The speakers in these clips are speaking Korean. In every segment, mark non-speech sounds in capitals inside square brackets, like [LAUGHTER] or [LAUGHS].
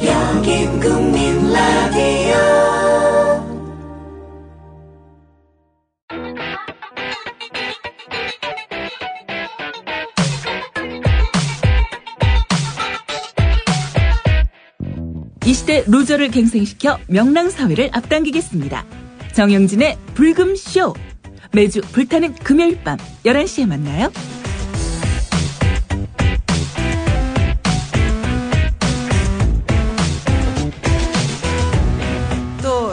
국민 국민 라디오 이 시대 로저를 갱생시켜 명랑사회를 앞당기겠습니다. 정영진의 불금쇼. 매주 불타는 금요일 밤 11시에 만나요. 또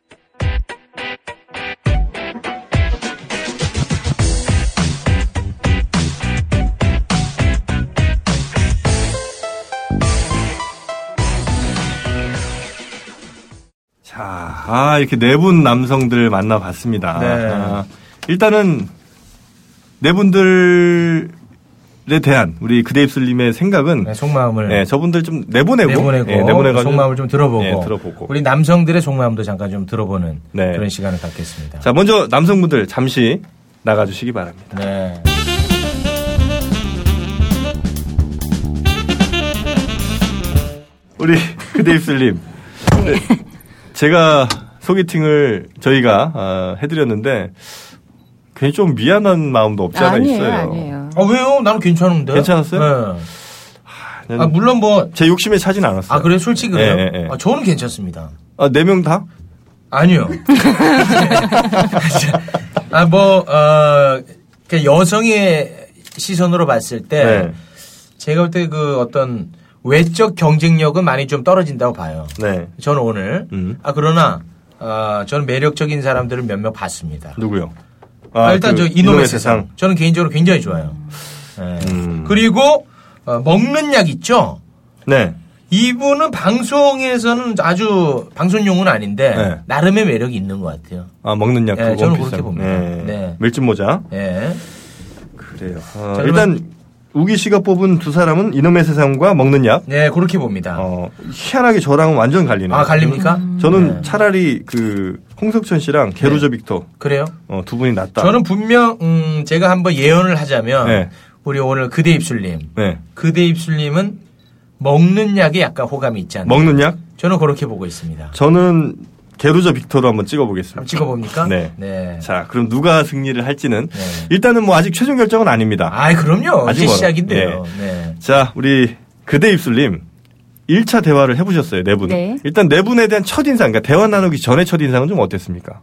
자, 아, 이렇게 네 분 남성들 만나봤습니다. 네. 아, 일단은 네 분들에 대한 우리 그대입술님의 생각은 네, 속마음을 네, 저분들 좀 내보내고, 내보내고, 예, 내보내가지고 속마음을 좀 들어보고, 예, 들어보고. 우리 남성들의 속마음도 잠깐 좀 들어보는 네. 그런 시간을 갖겠습니다. 자, 먼저 남성분들 잠시 나가주시기 바랍니다. 네. 우리 [LAUGHS] 그대입술님. 네, 제가 소개팅을 저희가 아, 해드렸는데 괜히 좀 미안한 마음도 없지 않아 아니에요, 있어요. 아니에요. 아 왜요? 나는 괜찮은데. 괜찮았어요? 네. 네. 그냥 아 물론 뭐. 제 욕심에 차진 않았어요. 아 그래 솔직히 그래요? 예, 예, 예. 아, 저는 괜찮습니다. 아, 네 명 다? 아니요. [LAUGHS] 아, 뭐, 어, 그 여성의 시선으로 봤을 때, 네. 제가 볼 때 그 어떤 외적 경쟁력은 많이 좀 떨어진다고 봐요. 네. 저는 오늘. 음. 아, 그러나, 아, 저는 매력적인 사람들을 몇 명 봤습니다. 누구요? 그 아, 일단 저 이놈의, 세상. 저는 개인적으로 굉장히 좋아요. 예. 음. 그리고, 어, 먹는 약 있죠? 네. 이분은 방송에서는 아주 방송용은 아닌데, 네. 나름의 매력이 있는 것 같아요. 아, 먹는 약 네, 그거 저는 비싼 그렇게 거. 봅니다. 네. 네. 밀짚 모자. 예. 그래요. 아, 자, 일단 우기 씨가 뽑은 두 사람은 이놈의 세상과 먹는 약. 네, 그렇게 봅니다. 어, 희한하게 저랑은 완전 갈리네요. 음. 아, 갈립니까? 저는 네. 차라리 그 홍석천 씨랑 게루저 빅터 그래요? 어, 두 분이 낫다. 저는 분명, 음, 제가 한번 예언을 하자면, 네. 우리 오늘 그대 입술님, 네. 그대 입술님은 먹는 약에 약간 호감이 있지 않나요? 먹는 약? 저는 그렇게 보고 있습니다. 저는 게루저 빅터로 한번 한번 찍어보겠습니다. 찍어봅니까? 네. 네. 자, 그럼 누가 승리를 할지는 네. 일단은 뭐 아직 최종 결정은 아닙니다. 아, 그럼요. 아직 이제 멀어요. 시작인데요. 네. 자, 우리 그대 입술님. 1차 대화를 해보셨어요, 네 분. 네. 일단 네 분에 대한 첫인상, 그러니까 대화 나누기 전에 첫인상은 좀 어땠습니까?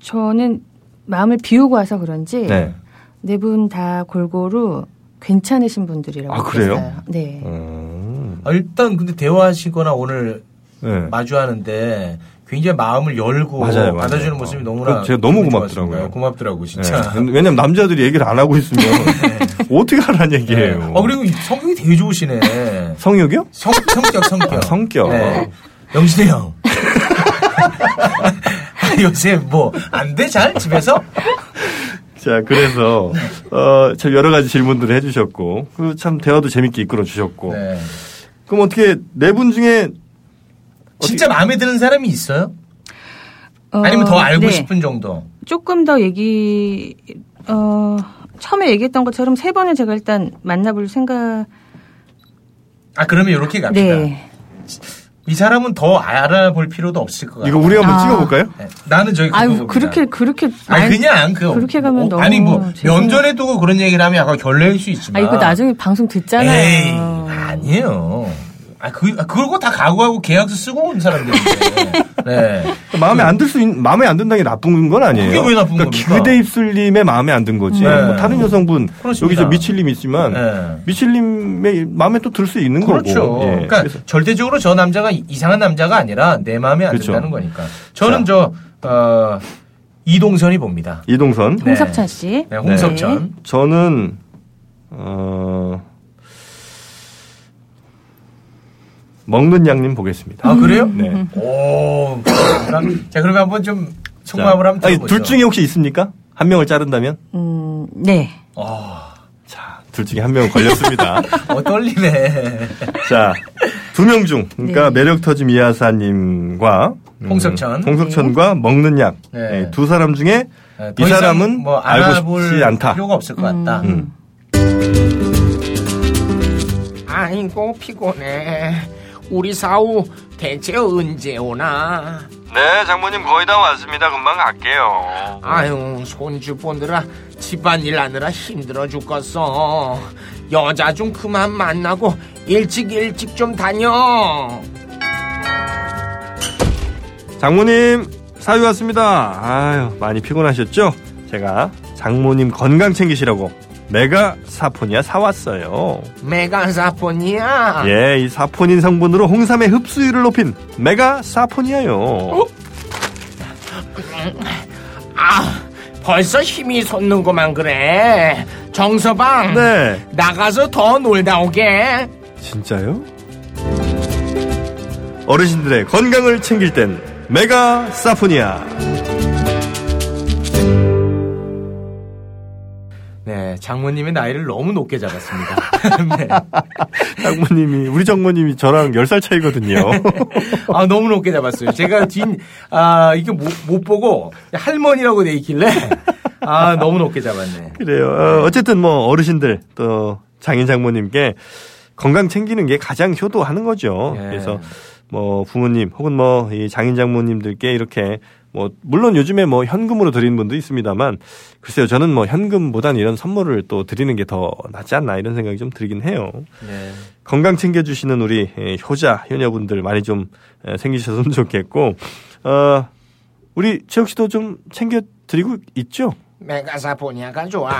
저는 마음을 비우고 와서 그런지 네. 네 분 다 골고루 괜찮으신 분들이라고 아, 그래요? 느꼈어요. 네. 음, 아, 일단 근데 대화하시거나 오늘 네. 마주하는데 굉장히 마음을 열고 맞아요, 맞아요. 받아주는 어. 모습이 너무나 그럼 제가 너무 기분이 고맙더라고요. 좋았습니다. 고맙더라고 진짜. 네. 왜냐면 남자들이 얘기를 안 하고 있으면 [LAUGHS] 어떻게 하라는 얘기예요. 네. 어, 그리고 성격이 되게 좋으시네. 성욕이요? 성, 성격, 성격. 아, 성격. 네. 영진이 형. [LAUGHS] 요새 뭐, 안 돼? 잘? 집에서? 자, 그래서 어, 참 여러 가지 질문들을 해주셨고, 그 참 대화도 재밌게 이끌어 주셨고. 네. 그럼 어떻게 네 분 중에 진짜 마음에 드는 사람이 있어요? 어, 아니면 더 알고 네. 싶은 정도? 조금 더 얘기 어 처음에 얘기했던 것처럼 세 번을 제가 일단 만나볼 생각. 아, 그러면 이렇게 갑시다. 네. 이 사람은 더 알아볼 필요도 없을 것 같아요. 이거 우리 한번 아. 찍어볼까요? 네. 나는 저기 아유 그렇게 그렇게 아 말- 그냥 그 그렇게 가면 너무 아니 뭐 죄송해요. 면전에 두고 그런 얘기를 하면 약간 결례일 수 있지만 아 이거 나중에 방송 에이, 듣잖아요. 아니에요. 아, 그, 아, 그러고 다 각오하고 계약서 쓰고 온 사람들인데. 네. 마음에 안 들 수 있는 마음에 안 든다는 게 나쁜 건 아니에요. 그게 왜 나쁜 겁니까? 그대 입술님의 마음에 안 든 거지. 네. 뭐 다른 여성분 그렇습니다. 여기 저 미칠님 있지만 네. 미칠님의 마음에 또 들 수 있는 그렇죠. 거고. 예. 그러니까 그래서 절대적으로 저 남자가 이- 이상한 남자가 아니라 내 마음에 안 그렇죠. 든다는 거니까. 저는 저, 어, 이동선이 봅니다. 이동선. 네. 홍석천 씨. 네, 홍석천. 저는 어 먹는 양님 보겠습니다. 아, 그래요? 네. 오. 그럼- 자, 그러면 한번 좀 속마음을 한번 아니, 들어보죠. 둘 중에 혹시 있습니까? 한 명을 자른다면? 음, 네. 아, 자, 둘 중에 한 명은 [LAUGHS] 걸렸습니다. [LAUGHS] 어, 떨리네. 자, 두 명 중, 그러니까 매력 터짐 이하사님과 음, 홍석천. 홍석천과 먹는 약. 네. 네, 두 사람 중에 네, 더 이 이상 사람은 뭐 알고 알아볼 싶지 않다. 필요가 없을 것 같다. 음. 아이고 피곤해. 우리 사우 대체 언제 오나? 네, 장모님 거의 다 왔습니다. 금방 갈게요. 아유 손주 보느라 집안일 하느라 힘들어 죽겠어. 여자 좀 그만 만나고 일찍 일찍 좀 다녀. 장모님, 사유 왔습니다. 아유, 많이 피곤하셨죠? 제가 장모님 건강 챙기시라고 메가 사포니아 사왔어요. 아. 메가사폰이야. 예, 이 사포닌 성분으로 홍삼의 흡수율을 높인 메가 사포니아요. 아 벌써 힘이 솟는구만 그래. 정서방 네, 나가서 더 놀다 오게. 진짜요? 어르신들의 건강을 챙길 땐 메가 사포니아. 네, 장모님의 나이를 너무 높게 잡았습니다. [LAUGHS] 네. 장모님이 우리 장모님이 저랑 10살 차이거든요. 아, 너무 높게 잡았어요. 제가 뒷, 아, 이게 못, 못 보고 할머니라고 돼 있길래 아, 너무 높게 잡았네. 그래요. 어, 쨌든뭐 어르신들 또 장인 장모님께 건강 챙기는 게 가장 효도하는 거죠. 예. 그래서 뭐 부모님 혹은 뭐 이 장인 장모님들께 이렇게 뭐 물론 요즘에 뭐 현금으로 드리는 분도 있습니다만 글쎄요 저는 뭐 현금보단 이런 선물을 또 드리는 게 더 낫지 않나 이런 생각이 좀 들긴 해요. 네. 건강 챙겨주시는 우리 에, 효자 효녀분들 많이 좀 에, 생기셨으면 [LAUGHS] 좋겠고 어 우리 최혁 씨도 좀 챙겨 드리고 있죠? 메가사폰이야가 좋아.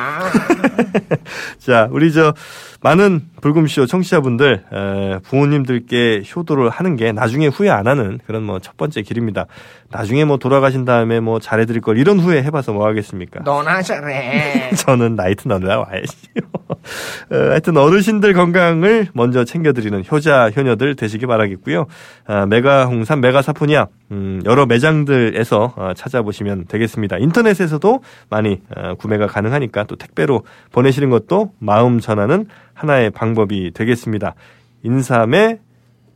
[LAUGHS] 자, 우리 저 많은 불금쇼 청취자분들 에, 부모님들께 효도를 하는 게 나중에 후회 안 하는 그런 뭐 첫 번째 길입니다. 나중에 뭐 돌아가신 다음에 뭐 잘해드릴 걸 이런 후회 해봐서 뭐 하겠습니까? 너나 잘해. [LAUGHS] 저는 나이트 나와야지요. [LAUGHS] 어, 하여튼 어르신들 건강을 먼저 챙겨드리는 효자 효녀들 되시기 바라겠고요. 아, 메가 홍삼, 메가 사포니아 음, 여러 매장들에서 아, 찾아보시면 되겠습니다. 인터넷에서도 많이 아, 구매가 가능하니까 또 택배로 보내시는 것도 마음 전하는 하나의 방법이 되겠습니다. 인삼에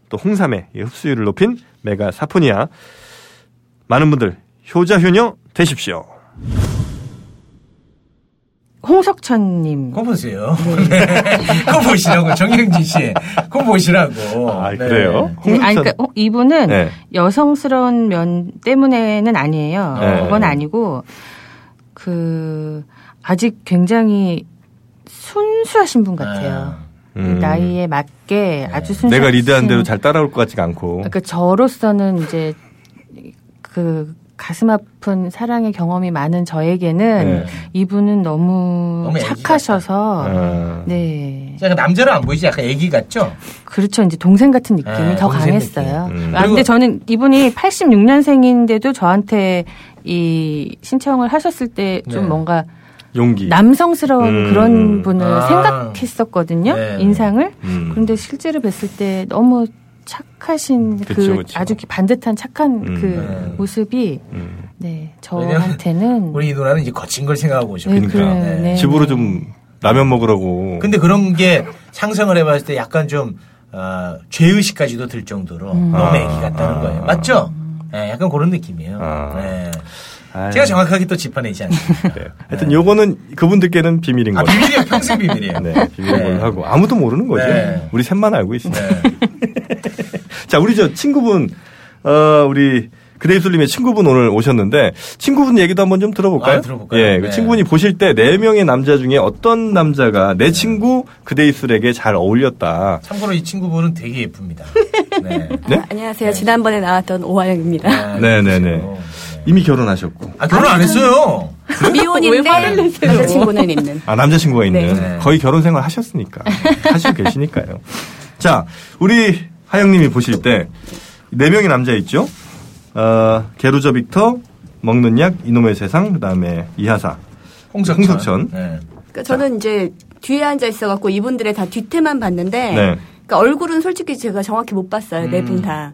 또 홍삼의 이 흡수율을 높인 메가 사포니아 많은 분들 효자 효녀 되십시오. 홍석천님. 그거 보세요. [LAUGHS] 네. 그거 보시라고, 정영진 씨. 그거 보시라고. 아 네. 그래요? 네, 아니, 그러니까 어, 이분은 네. 여성스러운 면 때문에는 아니에요. 네. 그건 아니고 그 아직 굉장히 순수하신 분 같아요. 네. 음. 네. 나이에 맞게 아주 순수. 내가 리드한 대로 잘 따라올 것 같지가 않고. 음. 그러니까 저로서는 이제 그 가슴 아픈 사랑의 경험이 많은 저에게는 네. 이분은 너무, 너무 애기 착하셔서 아. 네 약간 남자로 안 보이지? 약간 애기 같죠? 그렇죠 이제 동생 같은 느낌이 네, 더 동생 강했어요. 느낌. 음. 아, 그리고- 근데 저는 이분이 86년생인데도 저한테 이 신청을 하셨을 때 좀 네. 뭔가 용기. 남성스러운 음. 그런 분을 아. 생각했었거든요 네. 인상을 음. 그런데 실제로 뵀을 때 너무 착하신 그 그쵸, 그쵸. 아주 반듯한 착한 음. 그 네. 모습이 음. 네 왜냐면 저한테는 우리 이 누나는 이제 거친 걸 생각하고 오셨 네, 거든요 그러니까. 그래요. 네. 집으로 좀 라면 먹으라고. 근데 그런 게 상상을 해봤을 때 약간 좀 어, 죄의식까지도 들 정도로 너무 애기 같다는 아. 거예요. 맞죠? 예, 약간 그런 느낌이에요. 아. 예. 아유, 제가 정확하게 또 짚어내지 않습니다. [LAUGHS] 그래요. 하여튼 요거는 그분들께는 비밀인 아, 거죠. 비밀이에요. 평생 비밀이에요. 네, 비밀인 걸로 네. 하고 아무도 모르는 거죠. 네. 우리 셋만 알고 있습니다. 네. 자, 우리 저 친구분 어 우리 그레이솔님의 친구분 오늘 오셨는데 친구분 얘기도 한번 좀 들어볼까요? 아, 들어볼까요? 예, 그 네. 친구분이 보실 때 네 명의 남자 중에 어떤 남자가 네. 내 친구 그데이술에게 잘 어울렸다. 참고로 이 친구분은 되게 예쁩니다. 네. 네? 안녕하세요. 지난번에 나왔던 오하영입니다. 아, [LAUGHS] 네, 네, 네. 그러시고. 이미 결혼하셨고 아, 결혼 안 했어요. 미혼인데 남자친구는 있는. 아, 남자친구가 있는. 네. 거의 결혼 생활 하셨으니까. 네. 하시고 계시니까요. 자, 우리 하영님이 보실 때, 네 명의 남자 있죠? 어, 게루저 빅터, 먹는 약, 이놈의 세상, 그 다음에 이하사. 뭐 홍석천. 홍석천. 네. 그러니까 저는 이제 뒤에 앉아 있어갖고 이분들의 다 뒤태만 봤는데 네. 음. 그러니까 얼굴은 솔직히 제가 정확히 못 봤어요. 네 분 다.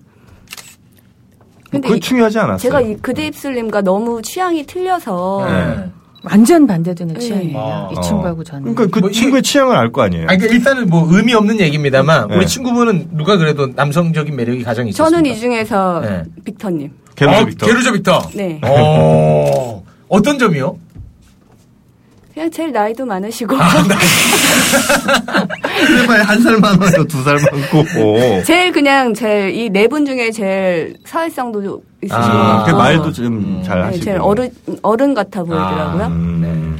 근데 뭐 그게 이- 중요하지 않았어요. 제가 이 그대 입술님과 너무 취향이 틀려서 예. 네. 완전 반대되는 네. 취향이에요. 아. 이 친구하고 저는. 어. 그러니까 그 뭐 이게- 친구의 취향을 알 거 아니에요. 아니, 그러니까 일단은 뭐 의미 없는 얘기입니다만 네. 우리 친구분은 누가 그래도 남성적인 매력이 가장 있었습니다. 저는 이 중에서 네. 빅터님. 어, 게르조 빅터. 게르조 빅터. 네. 어. 어떤 점이요? 그냥 제일 나이도 [LAUGHS] 많으시고 그래봐야 한 살 많아요, 두 살 많고. 제일 그냥 제일 이 네 분 중에 제일 사회성도 있으시고 아, 그 어. 말도 좀 잘 네, 하시고. 제일 어른 네. 어른 같아 보이더라고요. 음.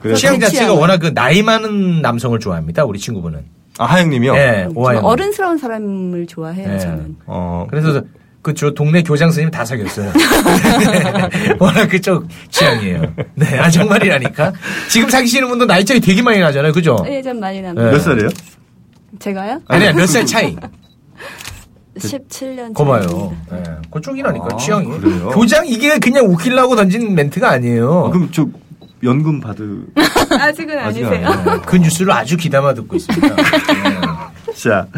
그래서 네. 취향 자체가 취향. 워낙 그 나이 많은 남성을 좋아합니다. 우리 친구분은. 아, 하영님이요. 예, 오하영. 저는 어른스러운 사람을 좋아해요. 네. 저는. 어 그래서 그 저 동네 교장 선생님 다 사귀었어요. [LAUGHS] 네. 워낙 그쪽 취향이에요. 네, 아 정말이라니까. 지금 사귀시는 분도 나이 차이 되게 많이 나잖아요, 그죠? 예, 좀 많이 남. 네. 몇 살이에요? 제가요? 아니야, 몇그 살 차이? 17년. 거봐요. 네, 그쪽이라니까 아, 취향이. 그래요? 교장 이게 그냥 웃기려고 던진 멘트가 아니에요. 어, 그럼 저 연금 받을 [LAUGHS] 아직은 아직 아니세요. 아니에요. 네, 그 뉴스를 아주 귀담아 [LAUGHS] 듣고 있습니다. 네. 자,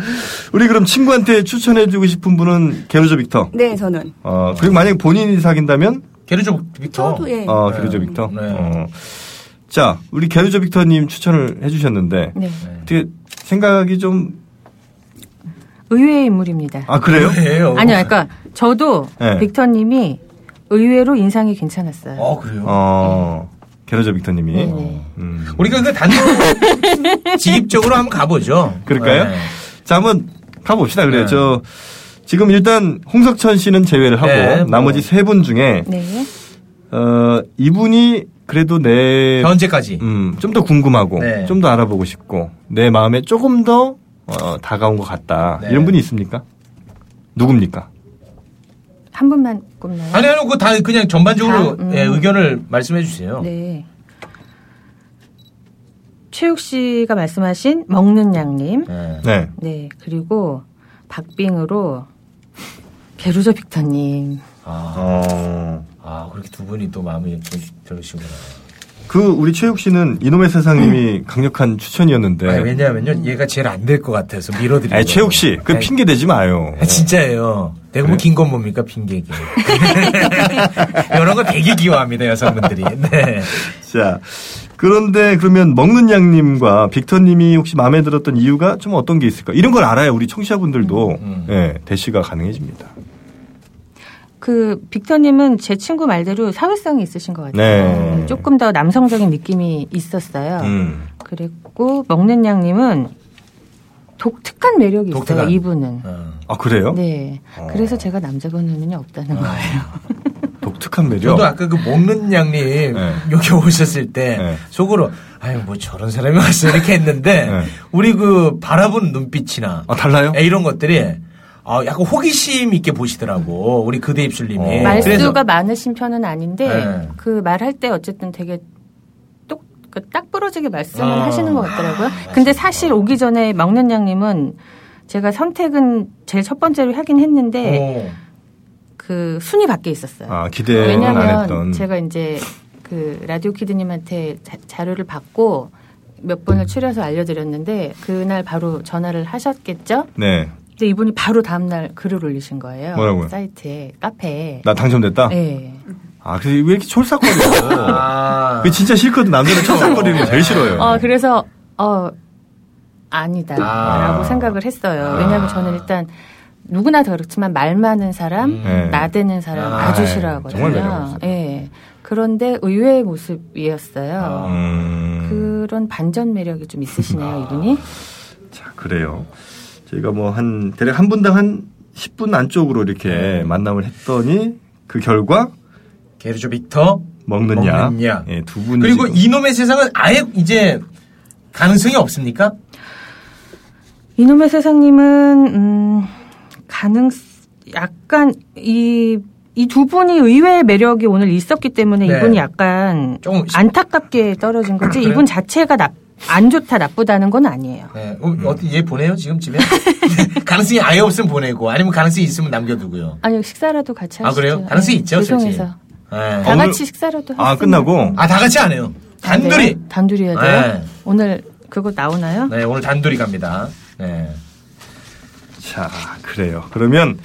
우리 그럼 친구한테 추천해주고 싶은 분은 게르조 빅터. 네, 저는. 어 그리고 만약에 본인이 사귄다면 게르조 빅터. 저도 예. 어 네. 게르조 빅터. 네. 어. 자, 우리 게르조 빅터님 추천을 해주셨는데 네. 어떻게 생각이 좀 아 의외의 인물입니다. 그래요? 예요. 어, 아니요, 그러니까 저도 네. 빅터님이 의외로 인상이 괜찮았어요. 어, 그래요. 어 게르조 빅터님이. 네, 음. 우리가 그 단독 [LAUGHS] 지입적으로 한번 가보죠. 그럴까요? 네. 자, 한번 가봅시다. 그래요. 네. 저 지금 일단 홍석천 씨는 제외를 하고 네, 뭐. 나머지 세 분 중에 네. 어 이분이 그래도 내 현재까지. 음, 좀 더 궁금하고 네. 좀 더 알아보고 싶고 내 마음에 조금 더 어, 다가온 것 같다. 네. 이런 분이 있습니까? 누굽니까? 한 분만 꼽나요? 아니, 아니, 그거 다 그냥 전반적으로 다, 음. 예, 의견을 말씀해 주세요. 네. 최욱 씨가 말씀하신 먹는 양님. 네. 네. 네. 그리고 박빙으로 게루저 빅터님. 아, 어, 아, 그렇게 두 분이 또 마음이 좀 별로시구나. 그 우리 최욱 씨는 이놈의 세상님이 강력한 추천이었는데. 음. 아니, 왜냐하면요, 얘가 제일 안 될 것 같아서 밀어드리고. 네. 아니, 최욱 씨, 그 아니, 핑계 대지 마요. 아, 진짜예요. 내가 뭐 긴 건 뭡니까 핑계기. [LAUGHS] 이런 거 되게 귀여워합니다 여성분들이. 네. 자, 그런데 그러면 먹는 양님과 빅터님이 혹시 마음에 들었던 이유가 좀 어떤 게 있을까? 이런 걸 알아야 우리 청취자분들도 음. 예, 대시가 가능해집니다. 그 빅터님은 제 친구 말대로 사회성이 있으신 것 같아요. 음, 네. 조금 더 남성적인 느낌이 있었어요. 음. 그랬고 먹는 양님은 독특한 매력이 독특한. 있어요. 이분은. 어. 어. 아 그래요? 네. 어. 그래서 제가 남자분은 없다는 거예요. 독특한 매력. 저도 아까 그 먹는 양님 네. 여기 오셨을 때 네. 속으로 아유 뭐 저런 사람이 왔어 이렇게 했는데 네. 우리 그 바라보는 눈빛이나 아 달라요? 네. 에, 이런 것들이 아, 약간 호기심 있게 보시더라고 우리 그대 입술님이 어. 말수가 네. 그래서 많으신 편은 아닌데 네. 그 말할 때 어쨌든 되게 똑, 그딱 부러지게 말씀을 아. 하시는 것 같더라고요. 근데 사실 오기 전에 먹는 양님은 제가 선택은 제일 첫 번째로 하긴 했는데 어. 그 순위 밖에 있었어요. 아 기대는 안 왜냐하면 했던. 제가 이제 그 라디오 키드님한테 자, 자료를 받고 몇 번을 추려서 알려드렸는데 그날 바로 전화를 하셨겠죠? 네, 근데 이분이 바로 다음날 글을 올리신 거예요. 뭐라고요? 사이트에 카페에. 나 당첨됐다. 네. 아 그래서 왜 이렇게 촐싹거려? 아. 그 진짜 싫거든. 남자는 촐싹거리는 거 제일 싫어요. 어, 그래서, 어, 아니다라고 아. 생각을 했어요. 왜냐하면 저는 일단 누구나 다 그렇지만 말 많은 사람, 네. 나대는 사람 아, 아, 주 아이, 정말 싫어하거든요. 매력없어요. 예. 그런데 의외의 모습이었어요. 음, 그런 반전 매력이 좀 있으시네요, 이분이. 자 그래요. 저희가 뭐 한 대략 한 분당 한 10분 안쪽으로 이렇게 만남을 했더니 그 결과 게르조 빅터 먹는 야. 먹는 야. 예, 두 분이 그리고 지금- 이놈의 세상은 아예 이제 가능성이 없습니까? 이놈의 세상님은 음, 가능 약간 이 이 두 분이 의외의 매력이 오늘 있었기 때문에 네. 이분이 약간 조금 시- 안타깝게 떨어진 거지 그래요? 이분 자체가 나, 안 좋다 나쁘다는 건 아니에요. 네. 어, 음. 어떻게 얘 보내요 지금 집에? [LAUGHS] 네, 가능성이 아예 없으면 보내고 아니면 가능성이 있으면 남겨두고요. 아니 식사라도 같이 아 하시죠. 네, 그래요? 가능성이 있죠, 죄송해서 솔직히. 예. 다 오늘- 같이 식사라도 아 했으면- 끝나고 아, 다 같이 안 해요. 안 돼요? 단둘이. 단둘이 해야 돼요. 네. 오늘 그거 나오나요? 네, 오늘 단둘이 갑니다. 네. 자 그래요. 그러면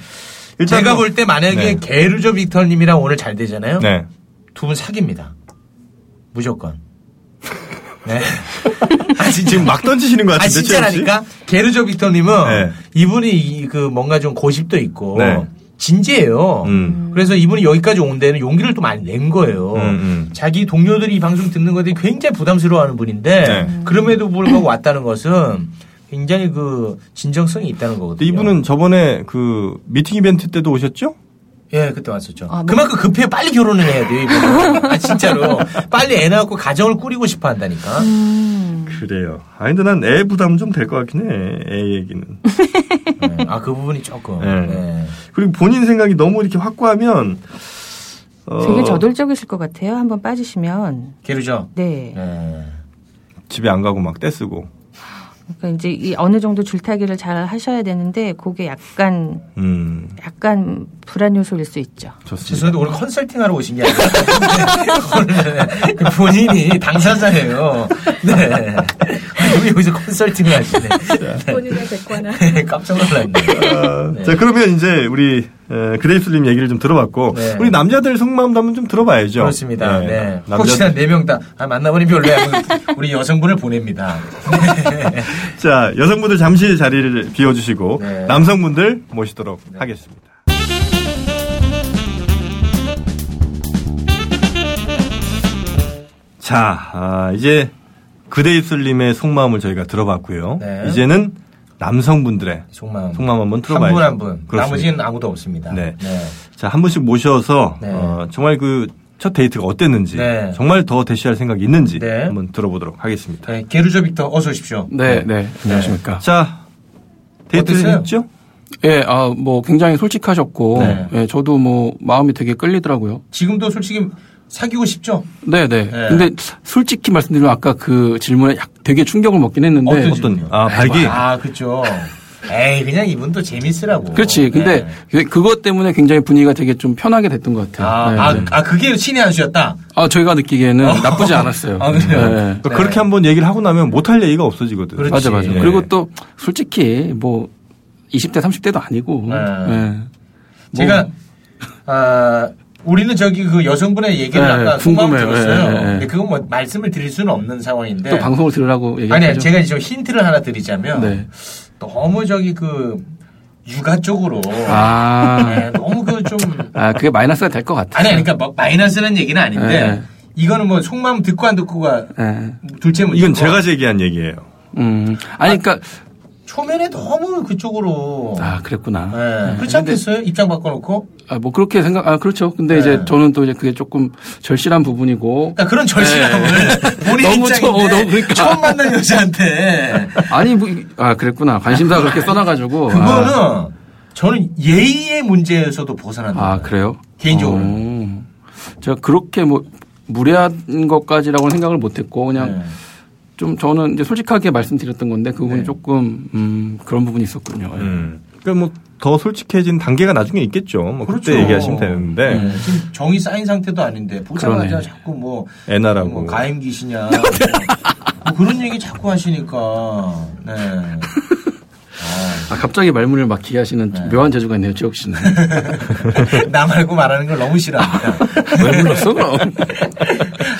일단 제가 뭐- 볼 때 만약에 네. 게르조 빅터님이랑 오늘 잘 되잖아요. 네. 두 분 사깁니다. [LAUGHS] 무조건. 네. [LAUGHS] 아, 진짜. 지금 막 던지시는 것 아, 같은데 최영 씨? 진짜라니까? 게르조 빅터님은 네. 이분이 이- 그 뭔가 좀 고집도 있고 네. 진지해요. 음. 그래서 이분이 여기까지 온 데는 용기를 또 많이 낸 거예요. 음, 음. 자기 동료들이 이 방송 듣는 것에 굉장히 부담스러워하는 분인데 네. 그럼에도 불구하고 왔다는 것은 굉장히 그 진정성이 있다는 근데 거거든요. 이분은 저번에 그 미팅 이벤트 때도 오셨죠? 예, 그때 왔었죠. 아, 뭐. 그만큼 급해 빨리 결혼을 해야 돼요, 이분은. 아, 진짜로. 빨리 애 낳고 가정을 꾸리고 싶어 한다니까. 음. 그래요. 아 근데 난 애 부담 좀 될 것 같긴 해. 애 얘기는. 네, 아, 그 부분이 조금. 네. 네. 그리고 본인 생각이 너무 이렇게 확고하면 어, 되게 저돌적이실 것 같아요. 한번 빠지시면. 게르죠. 네. 네. 집에 안 가고 막 떼쓰고. 그러니까 이제 이 어느 정도 줄타기를 잘 하셔야 되는데 그게 약간 음 약간 불안 요소일 수 있죠. 좋습니다. 죄송한데 오늘 컨설팅하러 오신 게 아니라 그 본인이 당사자예요. 네. 아, 왜 여기서 컨설팅을 하시네. 네, 본인을 데리고 나 깜짝 놀랐네요. 아, 네. 자 그러면 이제 우리 에, 그레이스님 얘기를 좀 들어봤고 네. 우리 남자들 속마음도 한번 좀 들어봐야죠. 그렇습니다. 네. 혹시나 남자 네 명 다, 아, 만나보니 별로야. 하면 우리 여성분을 보냅니다. 네. 자 여성분들 잠시 자리를 비워주시고 네. 남성분들 모시도록 하겠습니다. 자 아, 이제 그대입술님의 속마음을 저희가 들어봤고요. 네. 이제는 남성분들의 속마음. 속마음 한번 한 들어봐야죠. 분 한 분. 그렇습니다. 나머지는 아무도 없습니다. 네. 자, 한 분씩 모셔서 네. 어, 정말 그 첫 데이트가 어땠는지 네. 정말 더 대시할 생각이 있는지 네. 한번 들어보도록 하겠습니다. 네, 게르조 빅터 어서 오십시오. 네, 네. 안녕하십니까. 자, 어땠어요? 데이트는 했죠? 예, 아, 뭐 굉장히 솔직하셨고, 네. 예, 저도 뭐 마음이 되게 끌리더라고요. 지금도 솔직히 사귀고 싶죠? 네, 네. 네. 근데 솔직히 말씀드리면 아까 그 질문에 약 되게 충격을 먹긴 했는데. 어떤 어떤- 질문? 아, 발기? 아, 그죠. 에이, 그냥 이분도 재밌으라고. 그렇지. 근데 네. 그- 그것 때문에 굉장히 분위기가 되게 좀 편하게 됐던 것 같아요. 아, 네, 아, 네. 아, 그게 신의 한 수였다? 아, 저희가 [LAUGHS] 느끼기에는 나쁘지 않았어요. 아, 그래요? 네. 그러니까 네. 그렇게 한번 얘기를 하고 나면 못할 얘기가 예. 없어지거든. 그렇지. 맞아, 맞아. 네. 그리고 또 솔직히 뭐 20대, 30대도 아니고. 네. 예. 제가, 아, 우리는 저기 그 여성분의 얘기를 뭐. 네, 아까 궁금해 궁금해요. 들었어요. 네, 네, 네. 근데 그건 뭐 말씀을 드릴 수는 없는 상황인데. 또 방송을 들으라고 얘기하죠. 네. 아니, 아니, 제가 좀 힌트를 하나 드리자면. 네. 너무 저기 그 육아 쪽으로. 아, 네, 너무 그 좀. 아, 그게 마이너스가 될 것 같아요. 아니, 아니, 그러니까 뭐 마이너스라는 얘기는 아닌데 네. 이거는 뭐 속마음 듣고 안 듣고가 예. 둘째 문제. 이건 제가 제기한 얘기예요. 음. 아니, 그러니까 초면에 너무 그쪽으로. 아 그랬구나. 네. 네. 그렇지 않겠어요? 입장 바꿔놓고. 아, 뭐 그렇게 생각 아 그렇죠. 근데 네. 이제 저는 또 이제 그게 조금 절실한 부분이고 [LAUGHS] 그러니까 그런 절실함을 본인 너무 입장인데 처- 어, 너무 그러니까. 처음 만난 여자한테 아니 뭐아 그랬구나 관심사 그렇게 써놔가지고 그거는 아, 저는 예의의 문제에서도 벗어난다. 아, 그래요 개인적으로. 어, 제가 그렇게 뭐 무례한 것까지라고는 생각을 못했고 그냥 네. 좀 저는 이제 솔직하게 말씀드렸던 건데 그 부분이 네. 조금 음, 그런 부분이 있었군요. 음. 그러니까 뭐 더 솔직해진 단계가 나중에 있겠죠. 뭐그때 그렇죠. 음. 얘기하시면 되는데 네. 지금 정이 쌓인 상태도 아닌데 보자마자 그러네. 자꾸 뭐 애나라고. 뭐 가임 [LAUGHS] 귀신이야 뭐, 뭐 그런 얘기 자꾸 하시니까 네. 아 갑자기 말문을 막히게 하시는 좀 묘한 재주가 있네요, 지혁 [LAUGHS] 씨는. 아, 나 말고 말하는 걸 너무 싫어합니다. 왜 불렀어 그럼?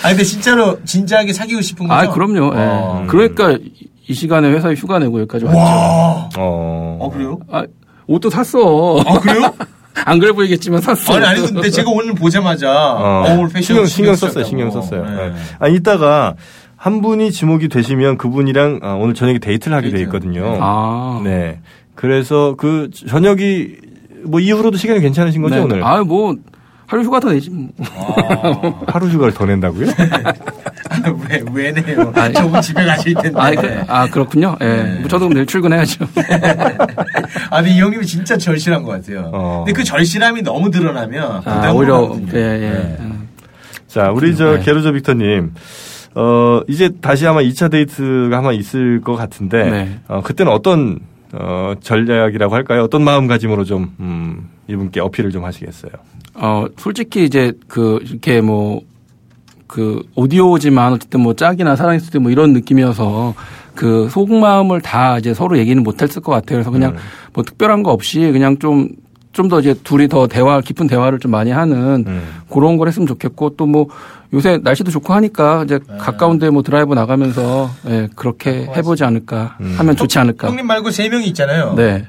아 근데 진짜로 진지하게 사귀고 싶은 거죠? 아 그럼요. 예. 어. 그러니까 이- 이 시간에 회사에 휴가 내고 여기까지 왔죠. 와. 어. 어 그래요? 아, 옷도 샀어. 아 그래요? [LAUGHS] [LAUGHS] 안 그래 보이겠지만 샀어. 아니 아니 근데 제가 오늘 보자마자 어, 어, 오늘 패션 신경, 신경 썼어요. 신경 썼어요. 네. 아 이따가 한 분이 지목이 되시면 그분이랑 아, 오늘 저녁에 데이트를 하게 돼 데이트. 있거든요. 아. 네. 그래서 그 저녁이 뭐 이후로도 시간이 괜찮으신 거죠 네. 오늘? 아, 뭐 하루 휴가 더 내지. 뭐. 하루 휴가를 더 [LAUGHS] 낸다고요? 아, 왜왜 내요? 저분 집에 가실 텐데. 네. 아, 그, 아 그렇군요. 예. 네. 뭐 저도 그럼 내일 출근해야죠. [LAUGHS] 아, 근데 이 형님이 진짜 절실한 것 같아요. 어. 근데 그 절실함이 너무 드러나면 아, 부담으로 오히려 가거든요. 예, 예. 네. 자, 우리 저 네. 게르조 빅터님. 어, 이제 다시 아마 2차 데이트가 아마 있을 것 같은데, 네. 어, 그때는 어떤, 어, 전략이라고 할까요? 어떤 마음가짐으로 좀, 음, 이분께 어필을 좀 하시겠어요? 어, 솔직히 이제 그 이렇게 뭐. 그 오디오지만 어쨌든 뭐 짝이나 사랑했을 때 뭐 이런 느낌이어서 그 속마음을 다 이제 서로 얘기는 못했을 것 같아요. 그래서 그냥 뭐 특별한 거 없이 그냥 좀 좀 더 이제 둘이 더 대화 깊은 대화를 좀 많이 하는 그런 걸 했으면 좋겠고 또 뭐 요새 날씨도 좋고 하니까 이제 가까운데 뭐 드라이브 나가면서 예, 그렇게 해보지 않을까 하면 좋지 않을까. 형님 말고 세 명이 있잖아요. 네.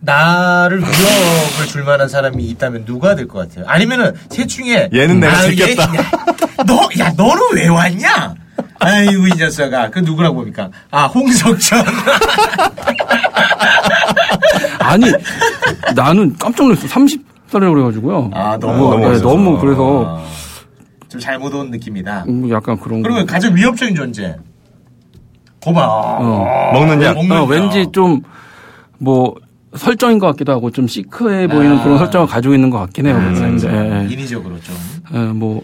나를 위협을 줄 만한 사람이 있다면 누가 될 것 같아요? 아니면은 셋 중에 얘는 내가 겠 지켰다. 너, 야, 너는 왜 왔냐? 아이고 이 녀석아. 그 누구라고 봅니까? [LAUGHS] 아 홍석천. 아니 나는 깜짝 놀랐어. 30살이라고 그래가지고요. 아 너무 네, 어려워서. 너무 그래서 아, 좀 잘못 온 느낌이다. 음, 약간 그런. 거. 그러면 가장 위협적인 존재. 고봐. 어. 먹는 약. 어, 왠지 좀 뭐 설정인 것 같기도 하고 좀 시크해 보이는 아. 그런 설정을 가지고 있는 것 같긴 해요. 음. 네. 근데 예, 인위적으로 좀. 예, 뭐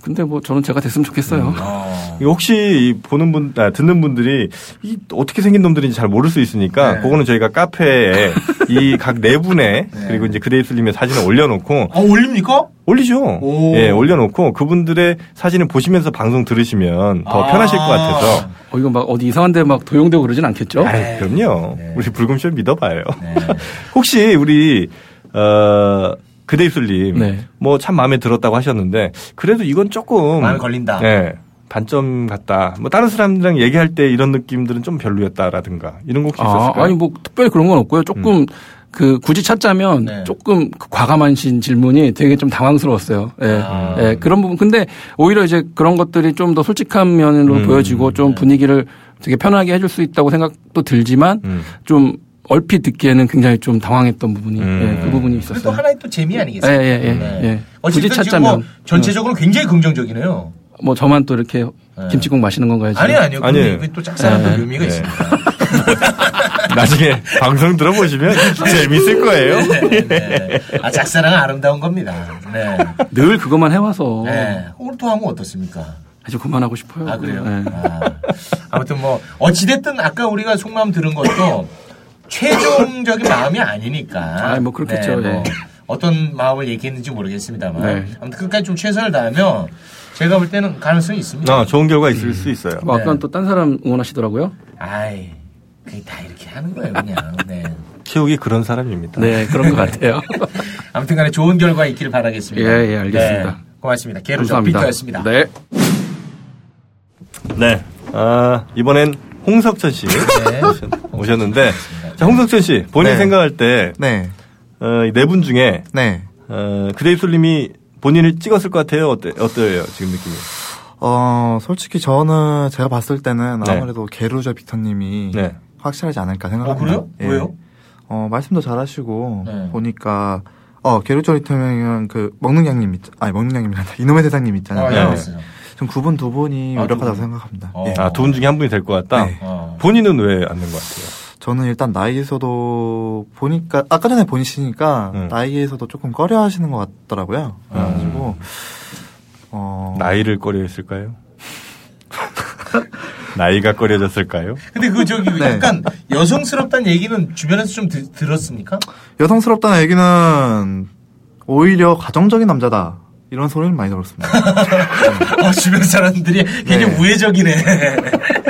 근데 뭐 저는 제가 됐으면 좋겠어요. 어. 이거 혹시 이 보는 분, 아, 듣는 분들이 이 어떻게 생긴 놈들인지 잘 모를 수 있으니까 네. 그거는 저희가 [LAUGHS] 카페에 이 각 네 분의 그리고 이제 그레이슬님의 사진을 올려놓고 어, 올립니까? 올리죠. 오. 예, 올려놓고 그분들의 사진을 보시면서 방송 들으시면 더 아. 편하실 것 같아서. 어, 이거 막 어디 이상한데 막 도용되고 그러진 않겠죠? 아이, 그럼요. 네. 우리 불금쇼 믿어봐요. 네. [LAUGHS] 혹시 우리 어 그대입술님 네. 뭐 참 마음에 들었다고 하셨는데 그래도 이건 조금 마음에 걸린다. 예, 반점 같다. 뭐 다른 사람들이랑 얘기할 때 이런 느낌들은 좀 별로였다라든가 이런 거 혹시 아, 있었을까요? 아니 뭐 특별히 그런 건 없고요. 조금 그 굳이 찾자면 음. 네. 조금 그 과감하신 질문이 되게 좀 당황스러웠어요. 예. 아. 예, 그런 부분. 근데 오히려 이제 그런 것들이 좀 더 솔직한 면으로 음. 보여지고 네. 좀 분위기를 되게 편하게 해줄 수 있다고 생각도 들지만 음. 좀 얼핏 듣기에는 굉장히 좀 당황했던 부분이 음. 예, 그 부분이 그게 또 있었어요. 하나의 또 재미 아니겠어요? 예, 예, 예, 예. 어쨌든 굳이 지금 찾자면. 뭐 전체적으로 굉장히 긍정적이네요. 뭐 저만 또 이렇게 네. 김치국 마시는 건가요? 지금? 아니 아니요. 아니에요. 근데 이게 또 짝사랑 또 네. 묘미가 네. [LAUGHS] 있습니다. 나중에 [LAUGHS] 방송 [LAUGHS] 들어보시면 재밌을 거예요. 네, 네. 아 짝사랑은 아름다운 겁니다. 네. 늘 그것만 해와서 네. 오늘 또 하면 어떻습니까? 아주 그만하고 싶어요. 아 그래요. 예. 아. 무튼뭐 어찌됐든 아까 우리가 속마음 들은 것도 최종적인 마음이 아니니까. 네, 아, 뭐 그렇겠죠. 예. 어떤 마음을 얘기했는지 모르겠습니다만 네. 아무튼 끝까지 좀 최선을 다하면 제가 볼 때는 가능성이 있습니다. 아, 좋은 결과 있을 음. 수 있어요. 뭐 네. 아까 또 딴 사람 응원하시더라고요. 아이, 그게 다 이렇게 하는 거예요, 그냥. 네. 키우기 그런 사람입니다. 네, 그런 것 같아요. [LAUGHS] 아무튼 간에 좋은 결과 있기를 바라겠습니다. 예, 예, 알겠습니다. 네, 고맙습니다. 개로적 감사합니다. 빅터였습니다. 네. 네. 아, 이번엔 홍석천 씨 네. 네. 오셨는데 자, 홍석천 씨 본인 네. 생각할 때 네. 어, 네 분 중에 네. 어, 그대입술님이 본인을 찍었을 것 같아요. 어때, 어때요 지금 느낌이? 어, 솔직히 저는 제가 봤을 때는 네. 아무래도 게루저 빅터님이 네. 확실하지 않을까 어, 생각합니다. 그래요? 예. 왜요? 어, 말씀도 잘하시고 네. 보니까 어, 게루저 빅터님은 그 먹는 양님 있 아니 먹는 양님이란다. 이놈의 대장님 있잖아요. 아, 예, 네. 알겠어요. 전 그분 두 분이 아, 두 유력하다고 분. 생각합니다. 어. 예. 아, 두 분 중에 한 분이 될 것 같다? 네. 어. 본인은 왜 안 된 것 같아요? 저는 일단 나이에서도 보니까 아까 전에 보시니까 네. 음. 나이에서도 조금 꺼려하시는 것 같더라고요. 아. 그래가지고 어, 나이를 꺼려했을까요? [LAUGHS] 나이가 꺼려졌을까요? 근데 그 저기 네. 약간 여성스럽다는 얘기는 주변에서 좀 드- 들었습니까? 여성스럽다는 얘기는 오히려 가정적인 남자다 이런 소리를 많이 들었습니다. 어, 주변 사람들이 굉장히 네. 우회적이네.